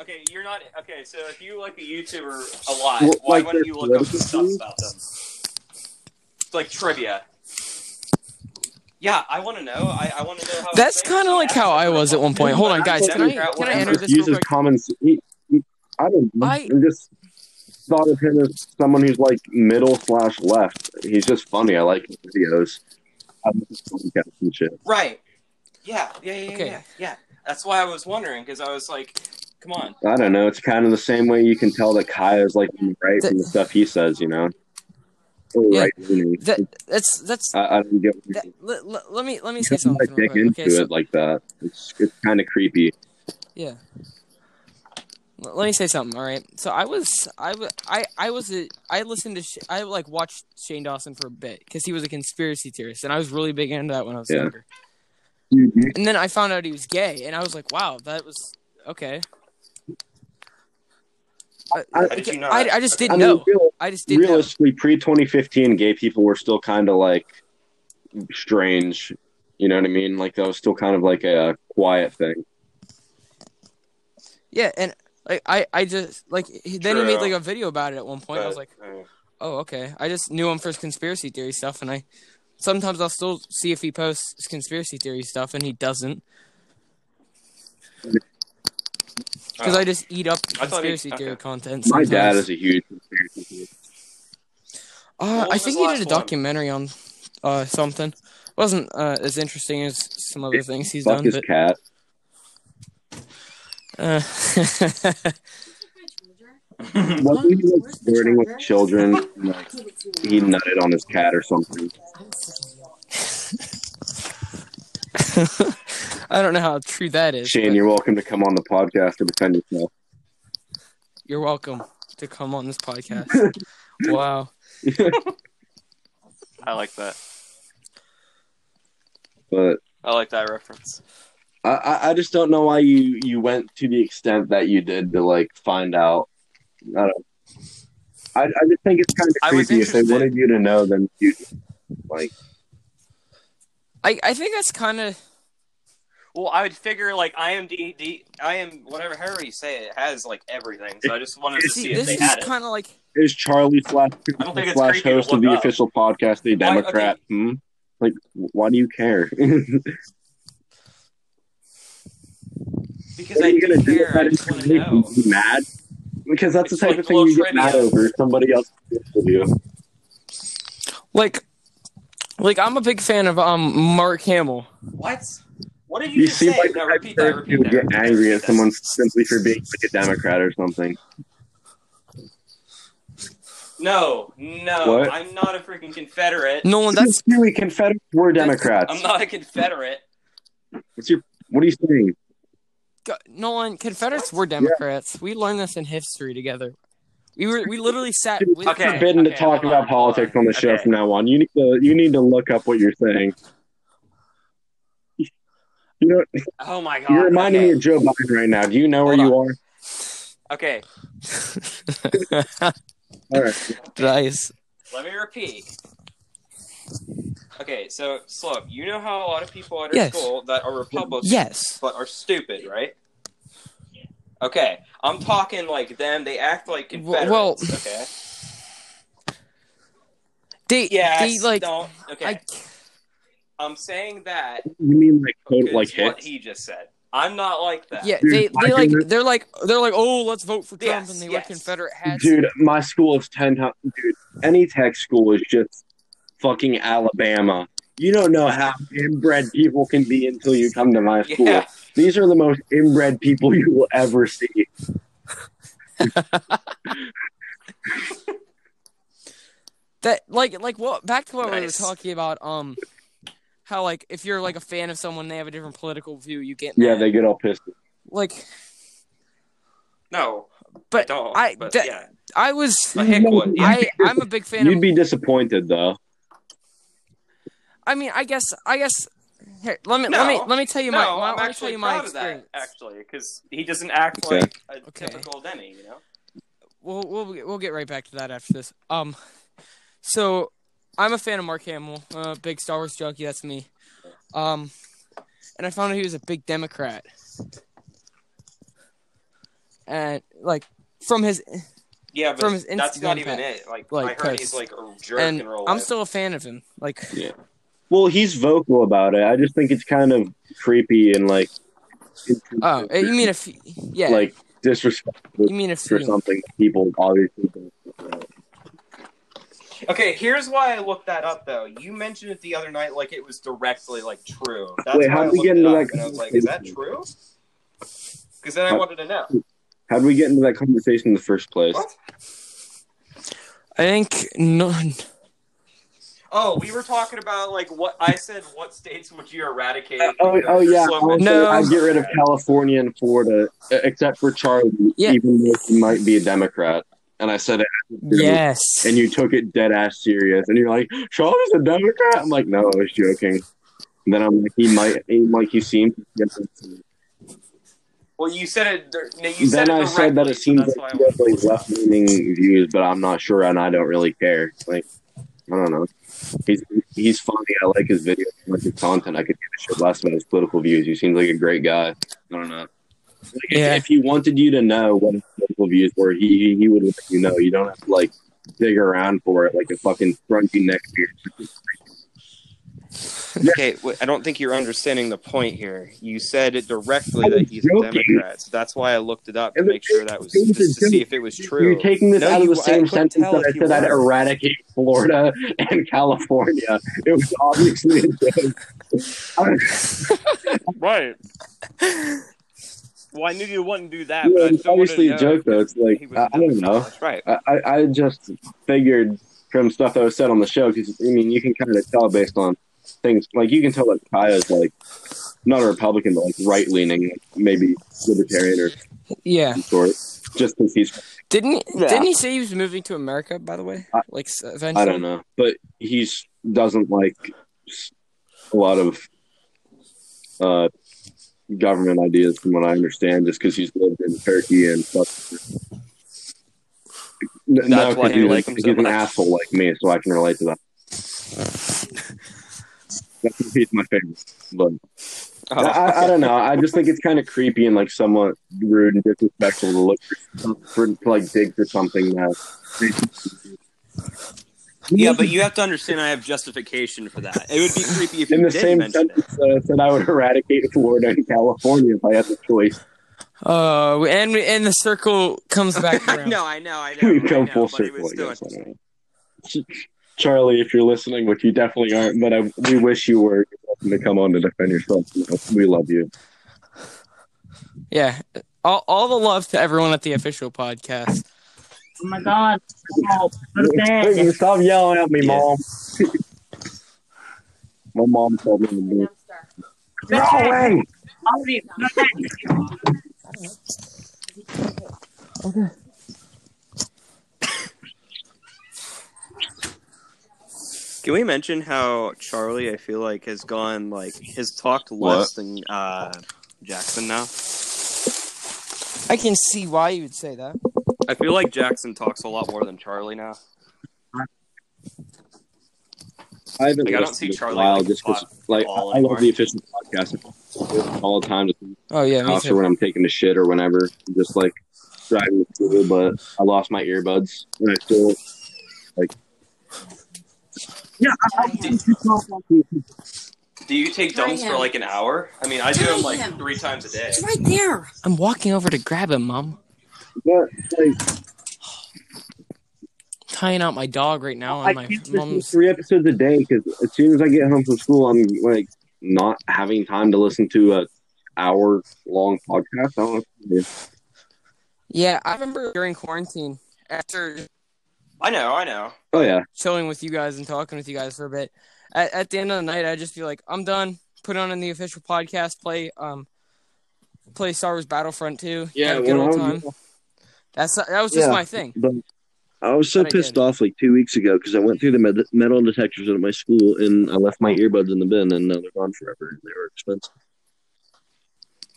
okay, you're not. Okay, so if you like a YouTuber a lot,
Well,
why
like
wouldn't
their
you look up
political
stuff
views?
about them? It's like trivia. Yeah, I want to know. I, I want to know how.
That's kind of like how I was at one point. Hold on, guys. Can I
Democrat,
can I
whatever.
enter this real
uses
quick?
common. s- He, he- I don't. know.
I-
I just thought of him as someone who's like middle slash left. He's just funny. I like his videos. I love his podcasts and shit.
Right. Yeah. Yeah. Yeah.
Okay.
Yeah. Yeah. That's why I was wondering because I was like, come on.
I don't know. It's kind of the same way you can tell that Kai is like on the right
That-
from the stuff he says, you know, or
Yeah.
right leaning.
That that's that's
I, I don't get.
that, let, let, let me let me
you
say
don't wanna
something real
dig
quick.
into
Okay, so
it like that. It's it's kind of creepy.
Yeah. L- Let me say something. All right. So I was, I wa- I, I was, a, I listened to, Sh- I like watched Shane Dawson for a bit because he was a conspiracy theorist, and I was really big into that when I was
Yeah.
younger.
You, you,
And then I found out he was gay, and I was like, wow, that was okay.
I-
How did you know
I,
that?
I just
Okay.
didn't
I mean,
know.
real,
I just didn't know.
realistically, pre twenty fifteen, gay people were still kind of like strange. You know what I mean? Like that was still kind of like a quiet thing.
Yeah, and like I, I just like he, then he
True.
made like a video about it at one point. I was like, oh okay. I just knew him for his conspiracy theory stuff, and I sometimes I'll still see if he posts his conspiracy theory stuff, and he doesn't. because I just eat up
Oh. I thought he-
conspiracy theory
okay.
content.
My
Sometimes.
dad is a huge conspiracy theorist.
Uh,
What
I think
was his
he did a
last one?
documentary on uh, something. wasn't uh, as interesting as some other things he's
Fuck
done,
his
but
cat.
uh,
Wasn't he like flirting with children? and, like, he nutted on his cat or something.
I don't know how true that is.
Shane,
but
you're welcome to come on the podcast to defend yourself.
you're welcome to come on this podcast. wow.
I like that.
But
I like that reference.
I- I, I just don't know why you you went to the extent that you did to like find out. I don't. I, I just think it's kind
I
of
was
creepy if they
interested.
wanted you to know, then you like.
I, I think that's kind of
Well, I would figure like IMDb, I am whatever, however you say it, it has like everything. So I just wanted to
see,
see if
this
they
is
had it.
kind of like
is Charlie slash
I don't think it's
slash
creepy to
host of
look
the
up.
official podcast a
Why-
Democrat? hmm? Like, why do you care?
Because
what are
I
you
do
gonna do with
care. I
that
just want to
information?
know.
Be mad? Because that's
It's
the type
like
of thing you
little
get mad
trivia.
over. Somebody else did it with you.
like like I'm a big fan of um Mark Hamill.
What? What did you,
You
just
seem
say?
like the
no,
type
repeat
of
that.
person
Repeat
who
that.
would get
repeat that,
angry
repeat
at
that.
someone simply for being like a Democrat or something.
No, no,
What?
I'm not a freaking Confederate.
Nolan, that's
really Confederates were
I'm
Democrats.
not a Confederate.
What's your? What are you saying?
Go- Nolan, Confederates were Democrats. We learned this in history together. We were we literally sat. With,
Okay,
forbidden to
okay,
talk
hold on,
about
hold
politics
on.
on the show
Okay.
from now on. You need to you need to look up what you're saying. You know,
Oh my god.
you're reminding
okay.
me of Joe Biden right now. Do you know where
Hold
you are?
Okay,
All right.
Nice.
let me repeat. Okay, so Slope, you know how a lot of people at our
Yes.
school that are Republicans
Yes.
but are stupid, right? Okay, I'm talking like them. They act like
W-
Confederates.
well-
okay.
They,
Yes.
they like.
don't. Okay.
I,
I'm saying that
You mean like quote
because
like
what
hits?
he just said. I'm not like that.
yeah,
Dude,
they,
I
they like
can-
they're like they're like oh let's vote for Trump
Yes,
and they
yes.
wear Confederate hats.
Dude, my school is ten. hu- Dude, any tech school is just fucking Alabama. You don't know how inbred people can be until you come to my school.
Yeah.
These are the most inbred people you will ever see.
That like like what back to what we were
Nice.
talking about um how like if you're like a fan of someone they have a different political view you get
Yeah,
mad.
they get all pissed.
like
No,
But
I don't.
I-
but
that-
yeah,
I was
a hick would. Yeah.
I I'm a big fan
You'd
of
be disappointed though.
I mean I guess I guess here, let me
No.
let me let me tell you
no,
my, my
I'm
let me tell
actually
you my
proud of
experience.
that actually because he doesn't act
Okay.
like a
Okay.
typical Denny, you know.
we'll we'll we'll get right back to that after this. Um, so I'm a fan of Mark Hamill, uh, big Star Wars junkie. That's me. Um, and I found out he was a big Democrat, and like from his
Yeah, but
From his
that's not
Instagram
even
pic,
it. Like,
like,
I heard he's
posts.
like a jerk
and
and, roll.
I'm still a fan of him. Like
Well, he's vocal about it. I just think it's kind of creepy and like,
oh, you mean if yeah,
like disrespectful
you mean if
for something that people obviously. Don't.
okay, here's why I looked that up though. You mentioned it the other night, like it was directly like true. That's
Wait,
why
how
I
did we
looked
get
it
into
up,
that
And I was like, is that true? Because then I
What?
wanted to know.
How did we get into that conversation in the first place?
What?
I think none.
Oh, we were talking about like what I said. What states would you eradicate?
Oh, oh yeah.
Slow
Also,
No.
I'd get rid of California and Florida, e- except for Charlie,
Yeah.
even though he might be a Democrat. And I said it,
Yes.
and you took it dead ass serious, and you're like, "Charlie's a Democrat." I'm like, "No, I was joking." And then I'm like, "He might, he, like you seem."
Well, you said it. dir- No, you said
then
it
I said that
directly,
it
so
seems
that's why
like
I
he has like
wanted to
left leaning views, but I'm not sure, and I don't really care. Like, I don't know. He's he's funny. I like his videos, I like his content. I could give a shit less about his political views. He seems like a great guy. I don't know. Like, if-
Yeah.
if, he wanted you to know what his political views were, he he would let you know. You don't have to like dig around for it like a fucking scrunchy neck beard.
Okay, wait, I don't think you're understanding the point here. You said it directly
I was
that he's a
joking.
Democrat, so that's why I looked it up to
And the
make sure that was
thing is,
just to
dude,
see if it was true.
You're taking this
No,
out of the
you- I
same
couldn't
sentence
tell
that I
if you
said I'd
were.
eradicate Florida and California. It was obviously a joke.
right. Well, I knew you wouldn't do that,
Yeah, it's obviously a joke, though. It's like, I, I don't know.
That's right.
I, I- I just figured from stuff that was said on the show, because, I mean, you can kind of tell based on things. Like, you can tell that Kaya's, like, not a Republican, but, like, right leaning, maybe libertarian or
yeah.
some sort. Just because he's,
Didn't
Yeah.
didn't he say he was moving to America? By the way,
I-
like s- eventually.
I don't know. But he's doesn't like s- a lot of uh, government ideas, from what I understand, just because he's lived in Turkey and stuff. N-
That's
no, 'cause
why you
he's,
like him so
he's an
much.
asshole like me, so I can relate to that. That's he's my favorite. But
Oh.
I, I, I don't know. I just think it's kind of creepy and like somewhat rude and disrespectful to look for, some- for to, like dig for something that.
Yeah, but you have to understand I have justification for that. It would be creepy if
in
you
the
didn't
same
mention it.
sentence that I said I would eradicate Florida and California if I had the choice.
Uh, and and the circle comes back around.
no, I know, I know.
we
I
come
know,
full
but it
circle.
was
I
still-
guess. I don't know. Ch- Charlie, if you're listening, which you definitely aren't, but I, we wish you were You're welcome to come on to defend yourself. You know, We love you.
Yeah. All, all the love to everyone at the official podcast.
Oh my god. Oh, I'm
Hey,
sad.
Stop yelling at me,
Yeah.
mom. My mom told me to do
Go away. Already-
Can we mention how Charlie? I feel like has gone like has talked
What?
less than uh, Jackson now.
I can see why you would say that.
I feel like Jackson talks a lot more than Charlie now.
I haven't
Like, I don't
listened to it
see
in a
Charlie,
while
like,
just 'cause,
at
like
all
I
anymore.
love the official podcast all the time, just in
Oh yeah,
the
me
house or when
too.
I'm taking a shit or whenever, just like driving to school. But I lost my earbuds and I still
Yeah, I, I think you talk like
Do you take
Try
dumps for
him.
like an hour? I mean, I do
Try
them like
him.
three times a day.
It's right there.
I'm walking over to grab him, mom.
but like
Tying out my dog right now
I
on my
can't listen to
mom's.
three episodes a day because as soon as I get home from school, I'm like not having time to listen to a hour long podcast. I don't know. If you
Yeah, I remember during quarantine after
I know, I know.
Oh yeah,
chilling with you guys and talking with you guys for a bit. At, at the end of the night, I'd just be like, I'm done. Put on in the official podcast. Play um, play Star Wars Battlefront 2.
Yeah,
have a good
when I
old
was-
time. That's that was just
Yeah.
my thing.
but I was so
But I
pissed
did.
off like two weeks ago because I went through the med- metal detectors at my school and I left my earbuds in the bin and now they're gone forever. They were expensive,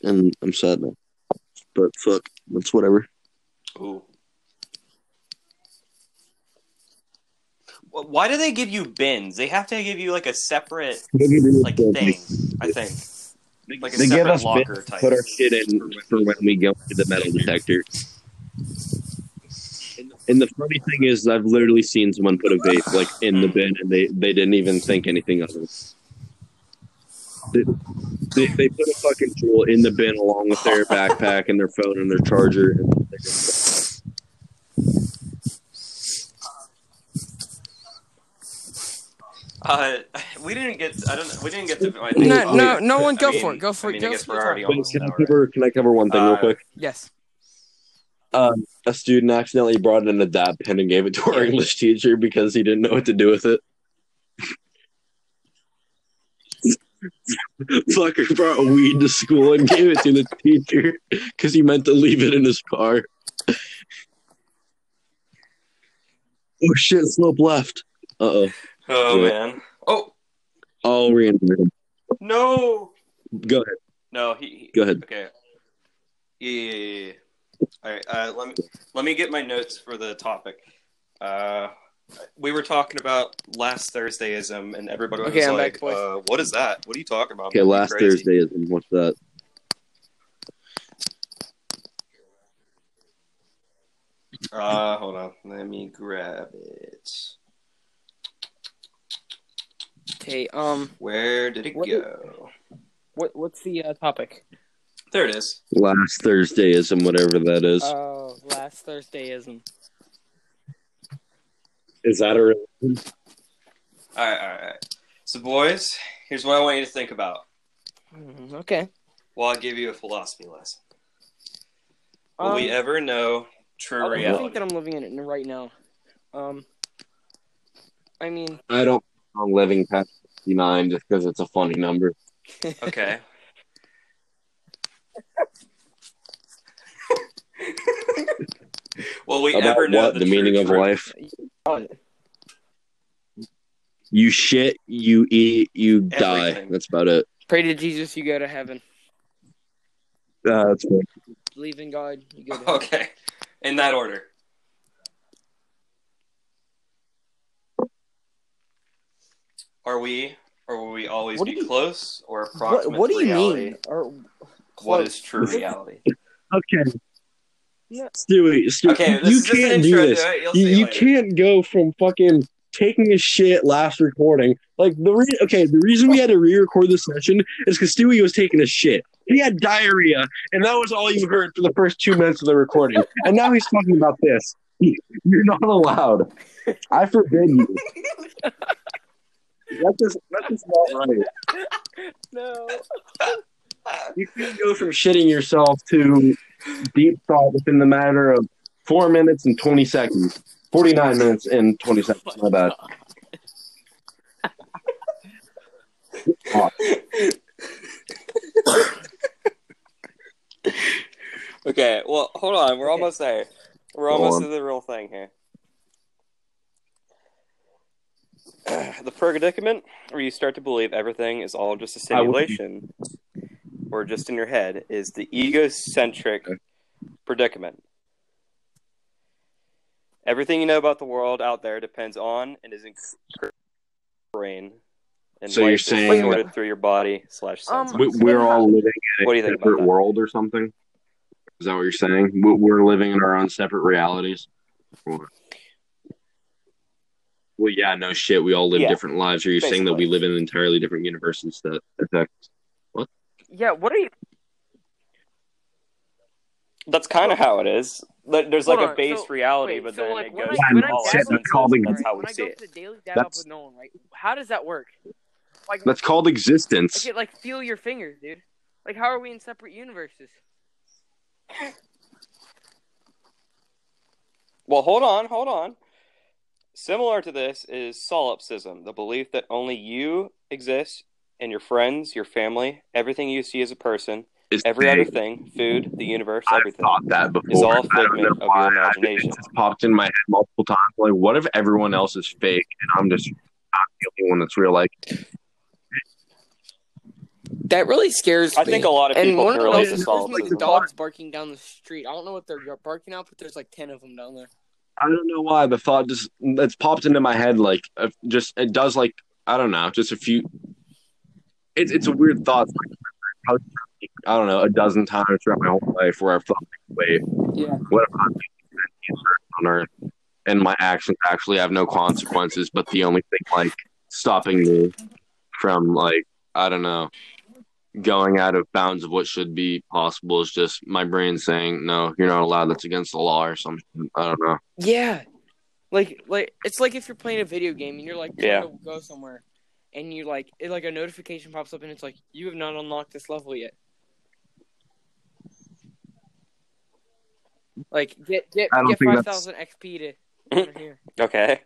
and I'm sad now. But fuck, that's whatever.
Ooh. Wh- Why do they give you bins? They have to give you like a separate like thing. I think like a
They give
separate
us
locker
bins to
type.
put our shit in for when we go to the metal detector. And the funny thing is, I've literally seen someone put a vape like in the bin, and they, they didn't even think anything of it. They, they, they put a fucking tool in the bin along with their backpack and their phone and their charger. And they're just-
Uh, we didn't get. I don't. We didn't get to. I think-
No, no, no one.
I
Go
mean-
for it. Go for
I
it.
mean, I
Go
guess
for
we're
it.
already
Tyler.
on.
can, I cover, can I cover one thing real
Uh,
quick?
Yes.
Um, a student accidentally brought in a dab pen and gave it to our English teacher because he didn't know what to do with it. Fucker brought weed to school and gave it to the teacher because he meant to leave it in his car. Oh shit, slope left. Uh oh.
Oh
Yeah.
man. Oh
All random.
no.
Go ahead.
No. He.
Go ahead.
Okay. Yeah. yeah, yeah, yeah. All right. Uh, let me let me get my notes for the topic. Uh, we were talking about last Thursdayism, and everybody was
Okay, I'm
like,
back, boys.
uh, "What is that? What are you talking about?"
Okay,
You're
last
crazy."
Thursday is what's that?
Uh, hold on. Let me grab it.
Okay. Um.
Where did it
What is-
go?
What What's the uh, topic?
There it is.
Last Thursday is and whatever that is.
Oh, last Thursdayism.
is that a
All right, all right, all right. So, boys, here's what I want you to think about
Mm, Okay.
while I give you a philosophy lesson. Will we ever know true
Um, I don't think
reality?
that I'm living in it right now. Um. I mean,
I don't on living past 59 just because it's a funny number.
Okay. Will we
About
ever know
what? The,
true
meaning of life?
truth?
uh,
You shit, you eat, you die.
Everything.
That's about it.
pray to Jesus, you go to heaven.
Uh, that's it.
Believe in God, you go to heaven.
Okay, in that order. Are we, or will we always
What do
be
you-
close or approximate
What, what do you
reality?
mean? Or
What
close?
is true reality?
Okay.
Yeah.
Stewie, Stewie
Okay, this
you
is just an
can't do
intro to
this.
it. You'll
You,
see
you
later.
can't go from fucking taking a shit last recording. Like the re- okay, the reason we had to re-record this session is because Stewie was taking a shit. He had diarrhea, and that was all you heard for the first two minutes of the recording. And now he's talking about this. You're not allowed. I forbid you. That's just, that's just not right.
No.
You can't go from shitting yourself to deep thought within the matter of four minutes and 20 seconds. 49 minutes and 20 seconds. My bad.
Okay, well, hold on. We're
Okay.
almost there. We're
Go
almost
on.
to the real thing here. the predicament where you start to believe everything is all just a
I would-
simulation or just in your head is the egocentric predicament. Everything you know about the world out there depends on and is in your brain. And
So you're
life is
saying-
sorted through your body slash
Um,
senses.
We, we're all living in a
What do you think about
separate
that?
world or something. Is that what you're saying? We- We're living in our own separate realities. Or- Well, yeah, no shit. We all live
Yeah.
different lives. Are you saying that we
Basically.
live in entirely different universes that affect?
Yeah, what are you?
That's kind of how it is. Like, There's like
Hold
a
on,
base
so-
reality,
wait,
but
so,
then
like,
it
when
goes
I-
into
when I
all our
dabble-
senses.
calling-
That's how we
when I
see
go
it.
to the daily dab up
That's-
with Nolan, right? How does that work? Like,
That's called existence.
okay, like feel your finger, dude. Like, how are we in separate universes?
Well, hold on, hold on. Similar to this is solipsism, the belief that only you exist and your friends, your family, everything you see as a person,
It's
every
big.
other thing, food, the universe,
I've
everything.
thought that before.
It's all
I
a
don't
figment
know
of your
why. I think
imagination.
It just popped in my head multiple times. Like, what if everyone else is fake and I'm just not the only one that's real? Like,
That really scares
I think a lot of people can relate to
there's
those-
solipsism.
dogs barking down the street. I don't know what they're barking out, but there's like ten of them down there.
I don't know why the thought just it's popped into my head. Like, uh, just it does. Like, I don't know. Just a few. It's it's a weird thought. Like, probably, I don't know a dozen times throughout my whole life where I've thought, like, wait,
Yeah.
what if I'm the best person on earth and my actions actually have no consequences, but the only thing like stopping me from like I don't know going out of bounds of what should be possible is just my brain saying no, you're not allowed. That's against the law or something. I don't know.
Yeah. Like like it's like if you're playing a video game and you're like
Yeah.
trying to go somewhere and you like it like a notification pops up and it's like you have not unlocked this level yet. Like get get
I don't
get
think
five
that's-
thousand XP to over here.
Okay.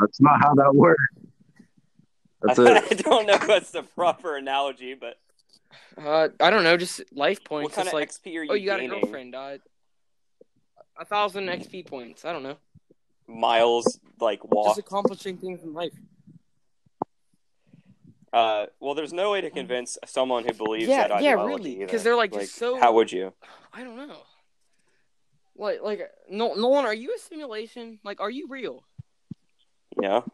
That's not how that works. That's
I,
it.
don't know if that's the proper analogy, but
Uh I don't know, just life
what
points.
kind
It's
of
like
XP are you,
oh you got a
gaining?
girlfriend, uh a thousand XP points. I don't know.
Miles, like, walk.
Just accomplishing things in life.
Uh, well, there's no way to convince someone who believes
Mm. Yeah,
that
yeah,
ideology
really,
either.
'cause they're, like, just so-
How would you?
I don't know. Like, like, no, Nolan, are you a simulation? Like, are you real?
You know?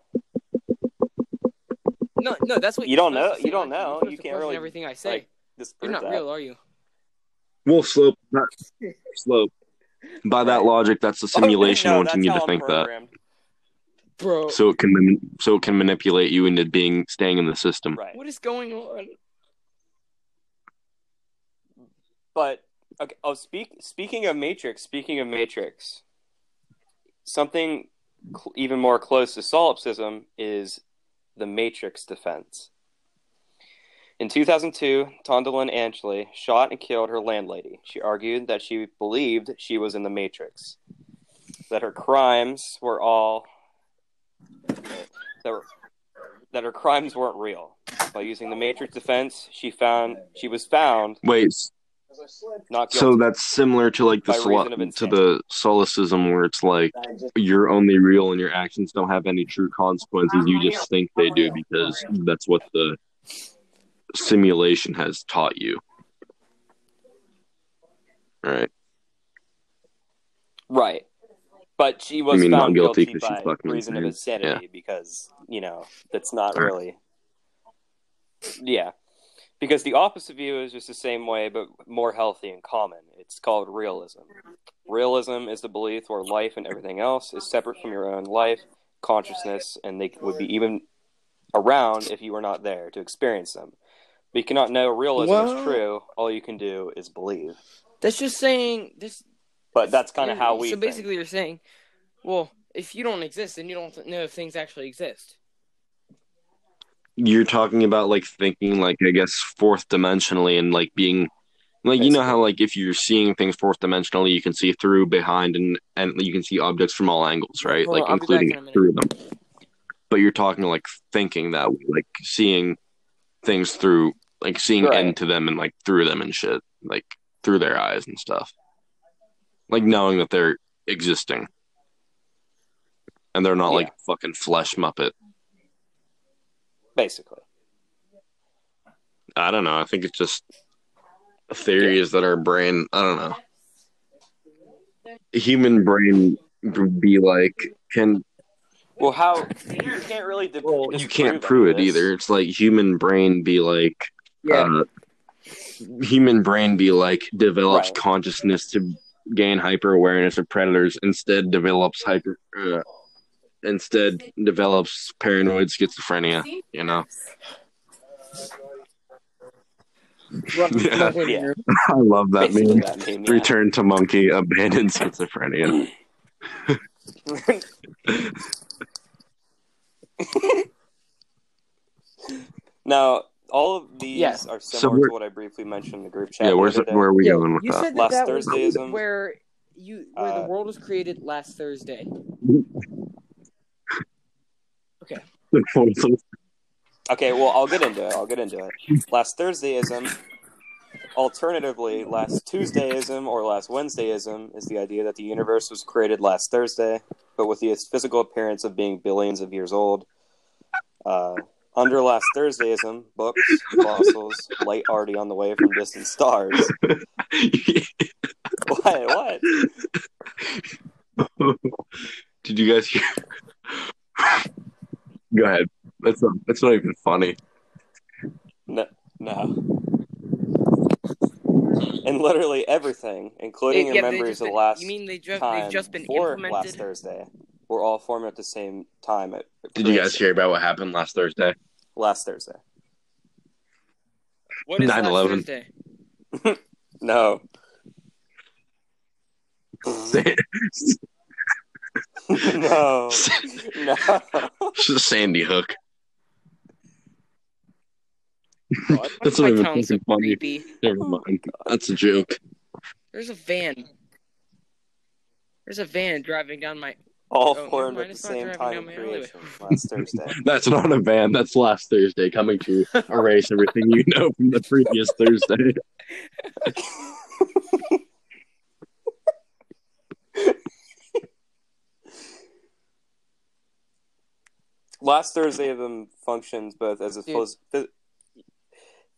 No, no, that's what
You
you're
don't
supposed
know-
to
you
say,
don't
aren't
know.
You're supposed
You
to
can't
question
really,
everything I say.
like, disprove
you're not
that.
real, are you?
Wolf slope. Not, slope. By that logic, that's the simulation
Oh, no,
wanting you
that's
to
how I'm
think that,
programmed. Oh.
Bro,
so it can mani- so it can manipulate you into being staying in the system.
Right.
what is going on?
But okay, oh, speak, speaking of Matrix, speaking of Matrix, something cl- even more close to solipsism is the Matrix defense. In 2002, Tondalin Anchley shot and killed her landlady. She argued that she believed she was in the Matrix, that her crimes were all that, were, that her crimes weren't real. By using the Matrix defense, she found she was found
Wait. s-
not guilty.
So that's similar to like the
By
solo-
reason of
to
insanity.
the solipsism where it's like you're only real and your actions don't have any true consequences. You just think they do because that's what the simulation has taught you. Right.
Right. But she was
You mean
found
not guilty
guilty,
'cause she's
by
fucking
reason of insanity because, you know, that's not
Right.
really. Yeah. Because the opposite view is just the same way, but more healthy and common. It's called realism. Realism is the belief where life and everything else is separate from your own life, consciousness, and they would be even around if you were not there to experience them. But you cannot know realism
Whoa.
is true. All you can do is believe.
That's just saying this.
But that's kind of
you're-
how we.
So
think.
basically, you're saying, well, if you don't exist, then you don't know if things actually exist.
you're talking about like thinking like I guess fourth dimensionally and like being like you know how like if you're seeing things fourth dimensionally you can see through behind and and you can see objects from all angles right
Hold on,
like
I'll be back
including
in a minute.
through them but you're talking like thinking that way like seeing things through like seeing
Right.
into them and like through them and shit like through their eyes and stuff like knowing that they're existing and they're not like fucking flesh muppet
basically.
I don't know. I think it's just theories that our brain. I don't know. Human brain would be like can
Well, how you can't really de-
well you
disprove
can't
any
prove
of
it
this.
either. It's like human brain be like uh, human brain be like develops
Right.
consciousness to gain hyper awareness of predators instead develops hyper uh, instead develops paranoid schizophrenia you know Yeah.
Yeah.
i love that
Basically
meme
that meme, yeah.
return to monkey abandoned schizophrenia
now, all of these
Yes.
are
So
similar
we're-
to what I briefly mentioned in the group chat.
yeah where's
the
it,
other day.
where are we
Yo,
going with
you
that
said that,
Last
that was
Thursdayism.
where you where
Uh,
the world was created last Thursday.
Okay, well, I'll get into it. I'll get into it. Last Thursdayism, alternatively, last Tuesdayism or last Wednesdayism is the idea that the universe was created last Thursday, but with the physical appearance of being billions of years old. Uh, under last Thursdayism, books, fossils, light already on the way from distant stars. What? What?
Did you guys hear? Go ahead. That's not. That's not even funny.
No, no. And literally everything, including your
Yeah, they
memories
just
of
been-
last
You mean they just
time
they've just been
before last
implemented?
Thursday were all formed at the same time. At
Did you guys
creation.
hear about what happened last Thursday?
last Thursday?
What is
9/11.
last Thursday?
No. no. No.
Sandy Hook.
God,
That's
why
not even
town so
fucking funny.
creepy?
Never mind. That's a joke.
There's a van. There's a van driving down my.
All
Oh,
formed
never mind,
at the
it's not
same
driving
time
down
of
my alleyway.
creation last Thursday.
That's not a van. That's last Thursday. Coming to erase everything you know from the previous Thursday.
last Thursday of them functions both as a
Dude.
philosoph- ph-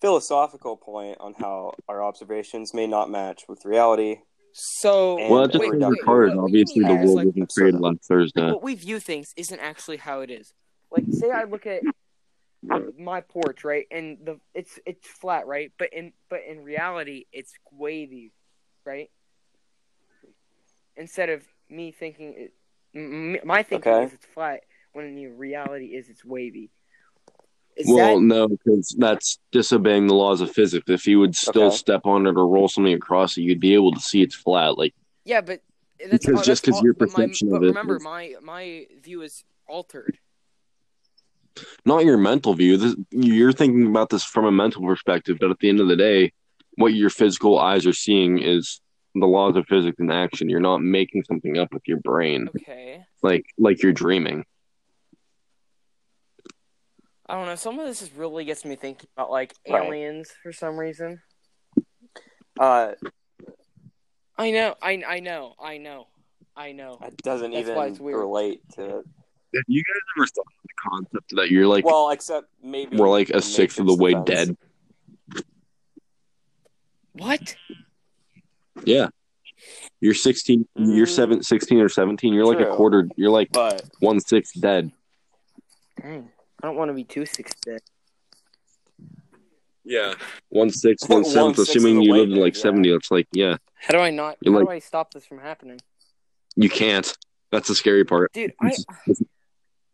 philosophical point on how our observations may not match with reality.
So
Well, that just
wait,
was
wait,
retarded.
what we
Obviously,
mean
the
is,
world
like,
wasn't created
absurd.
last Thursday.
what we view things isn't actually how it is. Like, say I look at my porch, right, and the it's it's flat, right, but in but in reality, it's wavy, right. Instead of me thinking, it, m- m- my thinking
Okay.
is it's flat when in reality is it's wavy. Is
Well,
that
no, because that's disobeying the laws of physics. If you would still
Okay.
step on it or roll something across it, you'd be able to see it's flat. Like
yeah, but that's
Because
all-
just
that's
'cause
all-
your
but my-
perception of
but
it
remember,
is-
my my view is altered.
not your mental view. This, you're thinking about this from a mental perspective, but at the end of the day, what your physical eyes are seeing is the laws of physics in action. You're not making something up with your brain,
Okay.
like like you're dreaming.
I don't know. Some of this is really gets me thinking about like
Right.
aliens for some reason.
Uh,
I know. I I know. I know. I know.
it doesn't
That's why
even
it's weird.
relate to it.
If you guys ever thought of the concept that you're like
well, except maybe
we're like a
the
sixth of the
Matrix
way
defense.
dead?
What?
Yeah, you're sixteen. You're
Mm.
seven, 16 or seventeen. You're like a
True.
quarter. You're like
But
one sixth dead.
Dang. I don't want to be too six bit.
Yeah. One sixth, one seventh,
One-sixth
assuming
of the
you
way,
lived to like
yeah.
70, that's like, yeah,
How do I not?
You're
how
like-
do I stop this from happening,
you can't. That's the scary part.
dude? I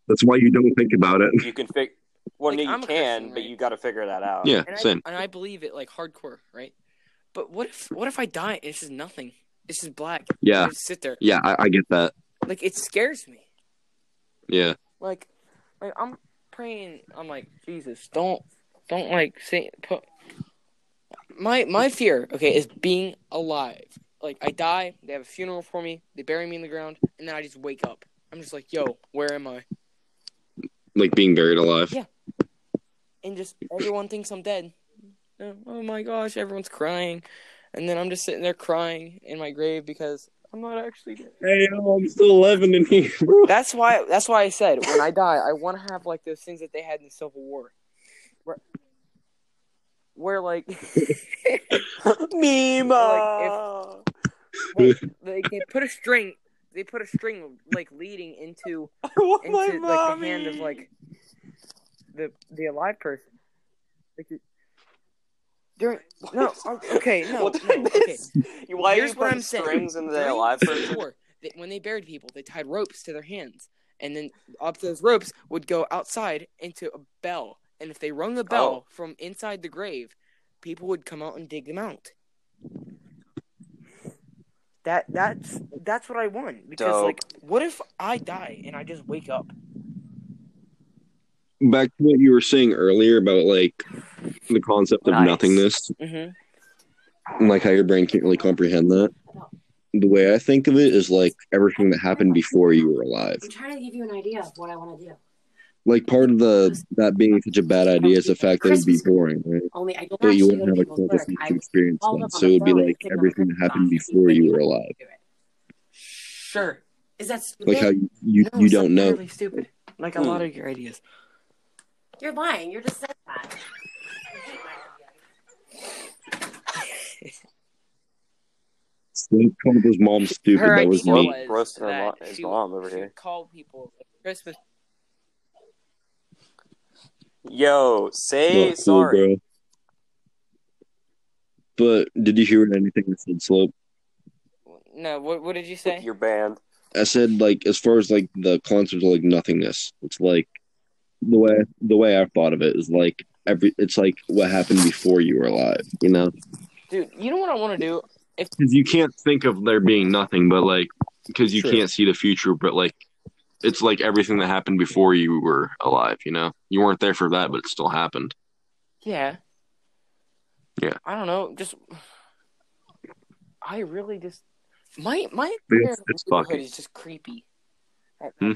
That's why you don't think about it.
you can fig. Well,
Like,
no, you
I'm a
can,
Christian,
but
right?
you got to figure that out.
Yeah,
and I
same.
and I believe it like hardcore, right? But what if what if I die? and It's just nothing. It's just black.
Yeah.
I just sit there.
Yeah, I, I get that.
Like it scares me.
Yeah.
like like I'm praying I'm like Jesus don't don't like say put my my fear okay is being alive like I die they have a funeral for me they bury me in the ground and then I just wake up I'm just like yo where am I
Like being buried alive.
Yeah. and just everyone thinks I'm dead oh my gosh everyone's crying and then I'm just sitting there crying in my grave because
I'm not actually gay.
Hey, yo, I'm still living in here, bro.
That's why. That's why I said when I die, I want to have like those things that they had in the Civil War, where, where like,
Mima.
like, they, they put a string. They put a string like leading into
I want
into
my
like the
mommy.
hand of like the the alive person. Like the, during no oh, okay no,
What
no
did
okay.
this- You, why
Here's
are you
what
putting
I'm saying.
strings into the
During
alive
the
person?
War, they, when they buried people, they tied ropes to their hands, and then up those ropes would go outside into a bell. And if they rung the bell from inside the grave, people would come out and dig them out. That that's that's what I want because
Dope.
like, what if I die and I just wake up?
Back to what you were saying earlier about like the concept of
Nice.
nothingness
Mm-hmm.
and like how your brain can't really comprehend that. The way I think of it is like everything that happened before you were alive.
I'm trying to give you an idea of what I want to do.
Like part of the that being such a bad idea is the fact that it'd be boring, right?
Only I don't
That you
actually go
wouldn't
to
have a
people's work.
consciousness
I
to experience
call
that.
them on
So
the
it'd be
phone
like
and sit down
everything
with
that
them
happened
and
before
see
you
if
were
they
alive.
do it.
Sure.
Is that stupid?
Like how you you,
No,
you
it's
don't
not
know.
Really stupid. Like a
Hmm.
lot of your ideas.
You're lying. You just said that. I hate my idea.
Steve called his mom stupid.
Her
that was
idea
me.
was
Roasting her
that
mo- his
she-
mom over
she
here.
would call people at Christmas.
Yo, say
Not cool,
sorry.
bro. But did you hear anything I said, Slope?
No, what what did you say?
You're banned.
I said like as far as like the concept of like nothingness. It's like the way the way I've thought of it is like every it's like what happened before you were alive, you know?
Dude, you know what I want to do?
Because you can't think of there being nothing, but like, because you
True.
can't see the future, but like, it's like everything that happened before you were alive, you know? You weren't there for that, but it still happened.
Yeah.
Yeah.
I don't know. Just I really just my my
It's-
neighborhood
it's fucking-
is just creepy.
Hmm?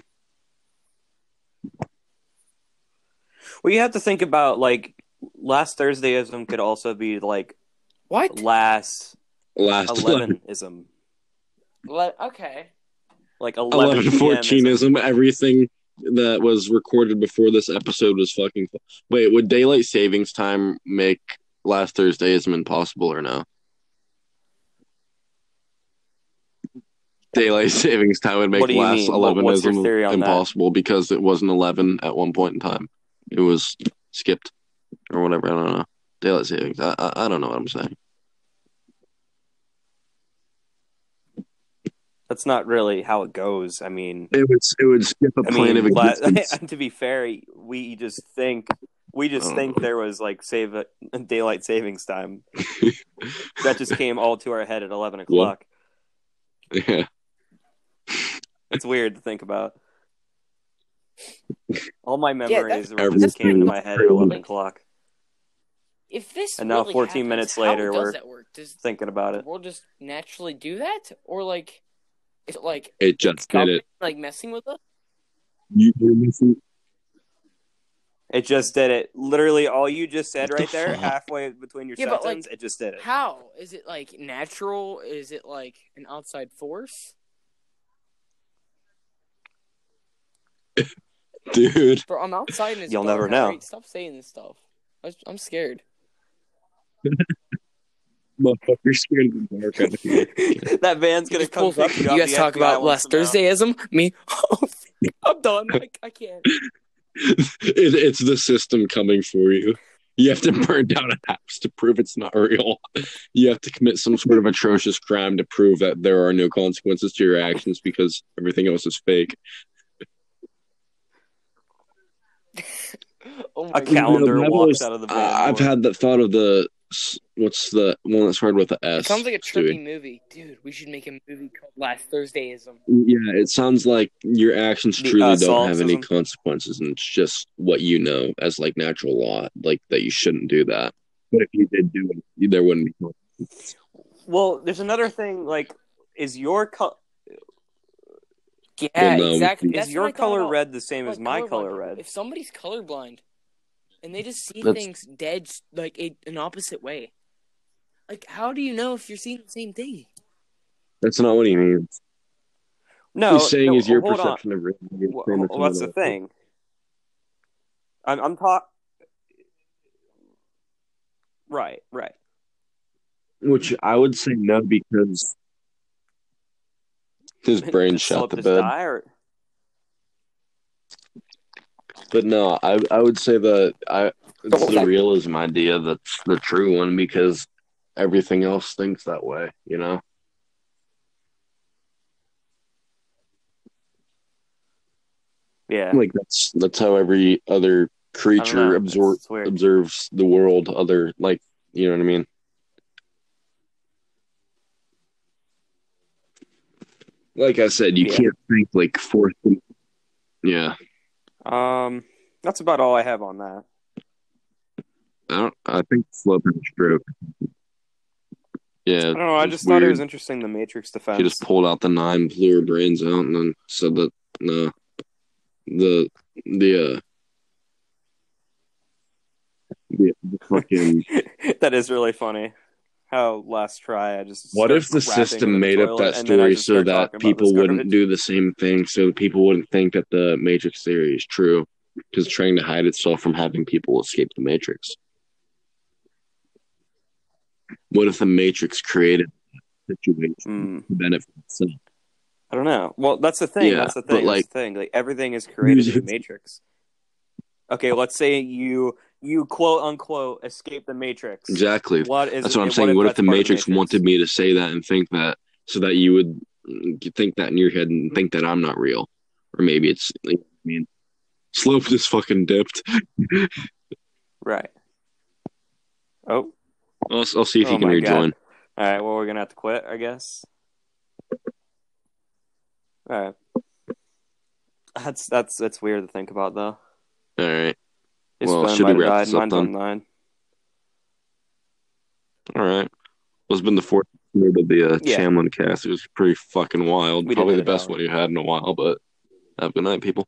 Well, you have to think about like last Thursdayism could also be like
What?
last
Last eleven
elevenism,
Le- okay.
like
11
eleven 14ism.
14ism, everything that was recorded before this episode was fucking
Wait, would daylight savings time make last Thursdayism impossible or no? Daylight savings time would make
What do you
last
mean? What- what's your theory
elevenism
on that?
impossible because it wasn't eleven at one point in time. It was skipped or whatever. I don't know. Daylight savings. I I, I don't know what I'm saying.
That's not really how it goes. I mean,
It would it would skip a
I
plane
mean,
of
la-
existence.
to be fair, we just think we just
Oh.
think there was like save daylight savings time. that just came all to our head at eleven o'clock.
yeah.
It's weird to think about. All my
Yeah, that's-
memories were just came to my head at eleven
Everything.
o'clock.
If this
And now
really
14
happens,
minutes
how
later,
does
we're
that work? Does
Thinking about
the
it,
world just naturally do that or like is it like
It just did
government,
it.
like messing with us?
you, you're missing
it just did it. Literally, all you just said
What the
right there,
fuck?
halfway between your
Yeah, but,
sentence, it just did it.
How? Is it like natural? Is it like an outside force?
Dude.
Bro, I'm outside and it's
You'll
dark,
never know.
alright? Stop saying this stuff. I was- I'm scared.
motherfucker scared of the dark out of you.
that van's gonna
Just
come
pulls up.
pick
You
up.
guys
The
talk
FBI
about
wants
last
to know.
Thursdayism. Me, Oh, I'm done. I, I can't.
It, it's the system coming for you. You have to burn down a house to prove it's not real. You have to commit some sort of atrocious crime to prove that there are no consequences to your actions because everything else is fake.
Oh my
A
god.
calendar
No, I've
walks
always-
out
uh,
of the van.
I I've had that thought of the s- what's the one that started with the S.
It sounds like a
Stewie?
trippy movie, dude. We should make a movie called Last Thursdayism.
Yeah, it sounds like your actions
The,
truly
uh,
don't have any
solipsism.
consequences, and it's just what you know as like natural law, like that you shouldn't do that. But if you did do it, there wouldn't be.
Well, there's another thing. Like, is your co-
Yeah,
Well, no,
exactly.
we-
That's
is
what I
your
thought
color
about,
red the same
like,
as my
colorblind
color
people.
red?
If somebody's colorblind, and they just see
That's-
things dead like a, an opposite way, like how do you know if you're seeing the same thing?
That's not what he means.
No,
He's saying
no,
is your
hold on.
perception of reality is
Well,
same as
well, that's the
someone
thing. I'm, I'm talk. Right, right.
else's. Which I would say no because his brain shot
Slip
the
his
bed.
die or-
But no, I I would say that I it's the realism idea that's the true one because everything else thinks that way, you know.
Yeah.
Like that's that's how every other
I don't know.
creature
It's-
absor-
it's weird.
observes the world. Other like you know what I mean. Like I said, you
Yeah.
can't think like fourth. Yeah,
Um, that's about all I have on that.
I don't. I think slope and stroke. Yeah,
I don't know. I
it's
just thought it
weird.
was interesting. The Matrix defense.
She just pulled out the nine, blew her brains out, and then said that no, the the uh, the, the fucking.
that is really funny. How last try I just.
what
start
if the
rapping in
system
the
made up
toilet
that
and then
story
I just
so
start talking
that
about
people
this
wouldn't
garbage?
do the same thing, so that people wouldn't think that the Matrix theory is true, because trying to hide itself from having people escape the Matrix. What if the Matrix created a situation
Hmm.
to benefit itself?
I don't know. Well, that's the thing.
Yeah,
that's the
but,
thing.
like-
that's the thing. Like everything is created in the Matrix. Okay, let's say you you quote unquote escape the Matrix.
Exactly.
What is
That's what I'm
if-
saying. What if
that's
the
part of
Matrix, wanted me to say that and think that, so that you would mm, think that in your head and think that I'm not real, or maybe it's. I mean, Slope just fucking dipped.
Right. Oh,
I'll, I'll see if
Oh
he can
my
rejoin.
all right. Well, we're gonna have to quit, I guess. All right. That's that's that's weird to think about, though.
All right,
His
Well,
phone
should we
might have
wrap
died.
this up
Mine's
then?
on nine.
all right. Well, it's been the fourth episode of the uh,
Yeah.
Chamlin cast. It was pretty fucking wild.
We did
Probably the
hit an
best
hour.
one you had in a while. But have a good night, people.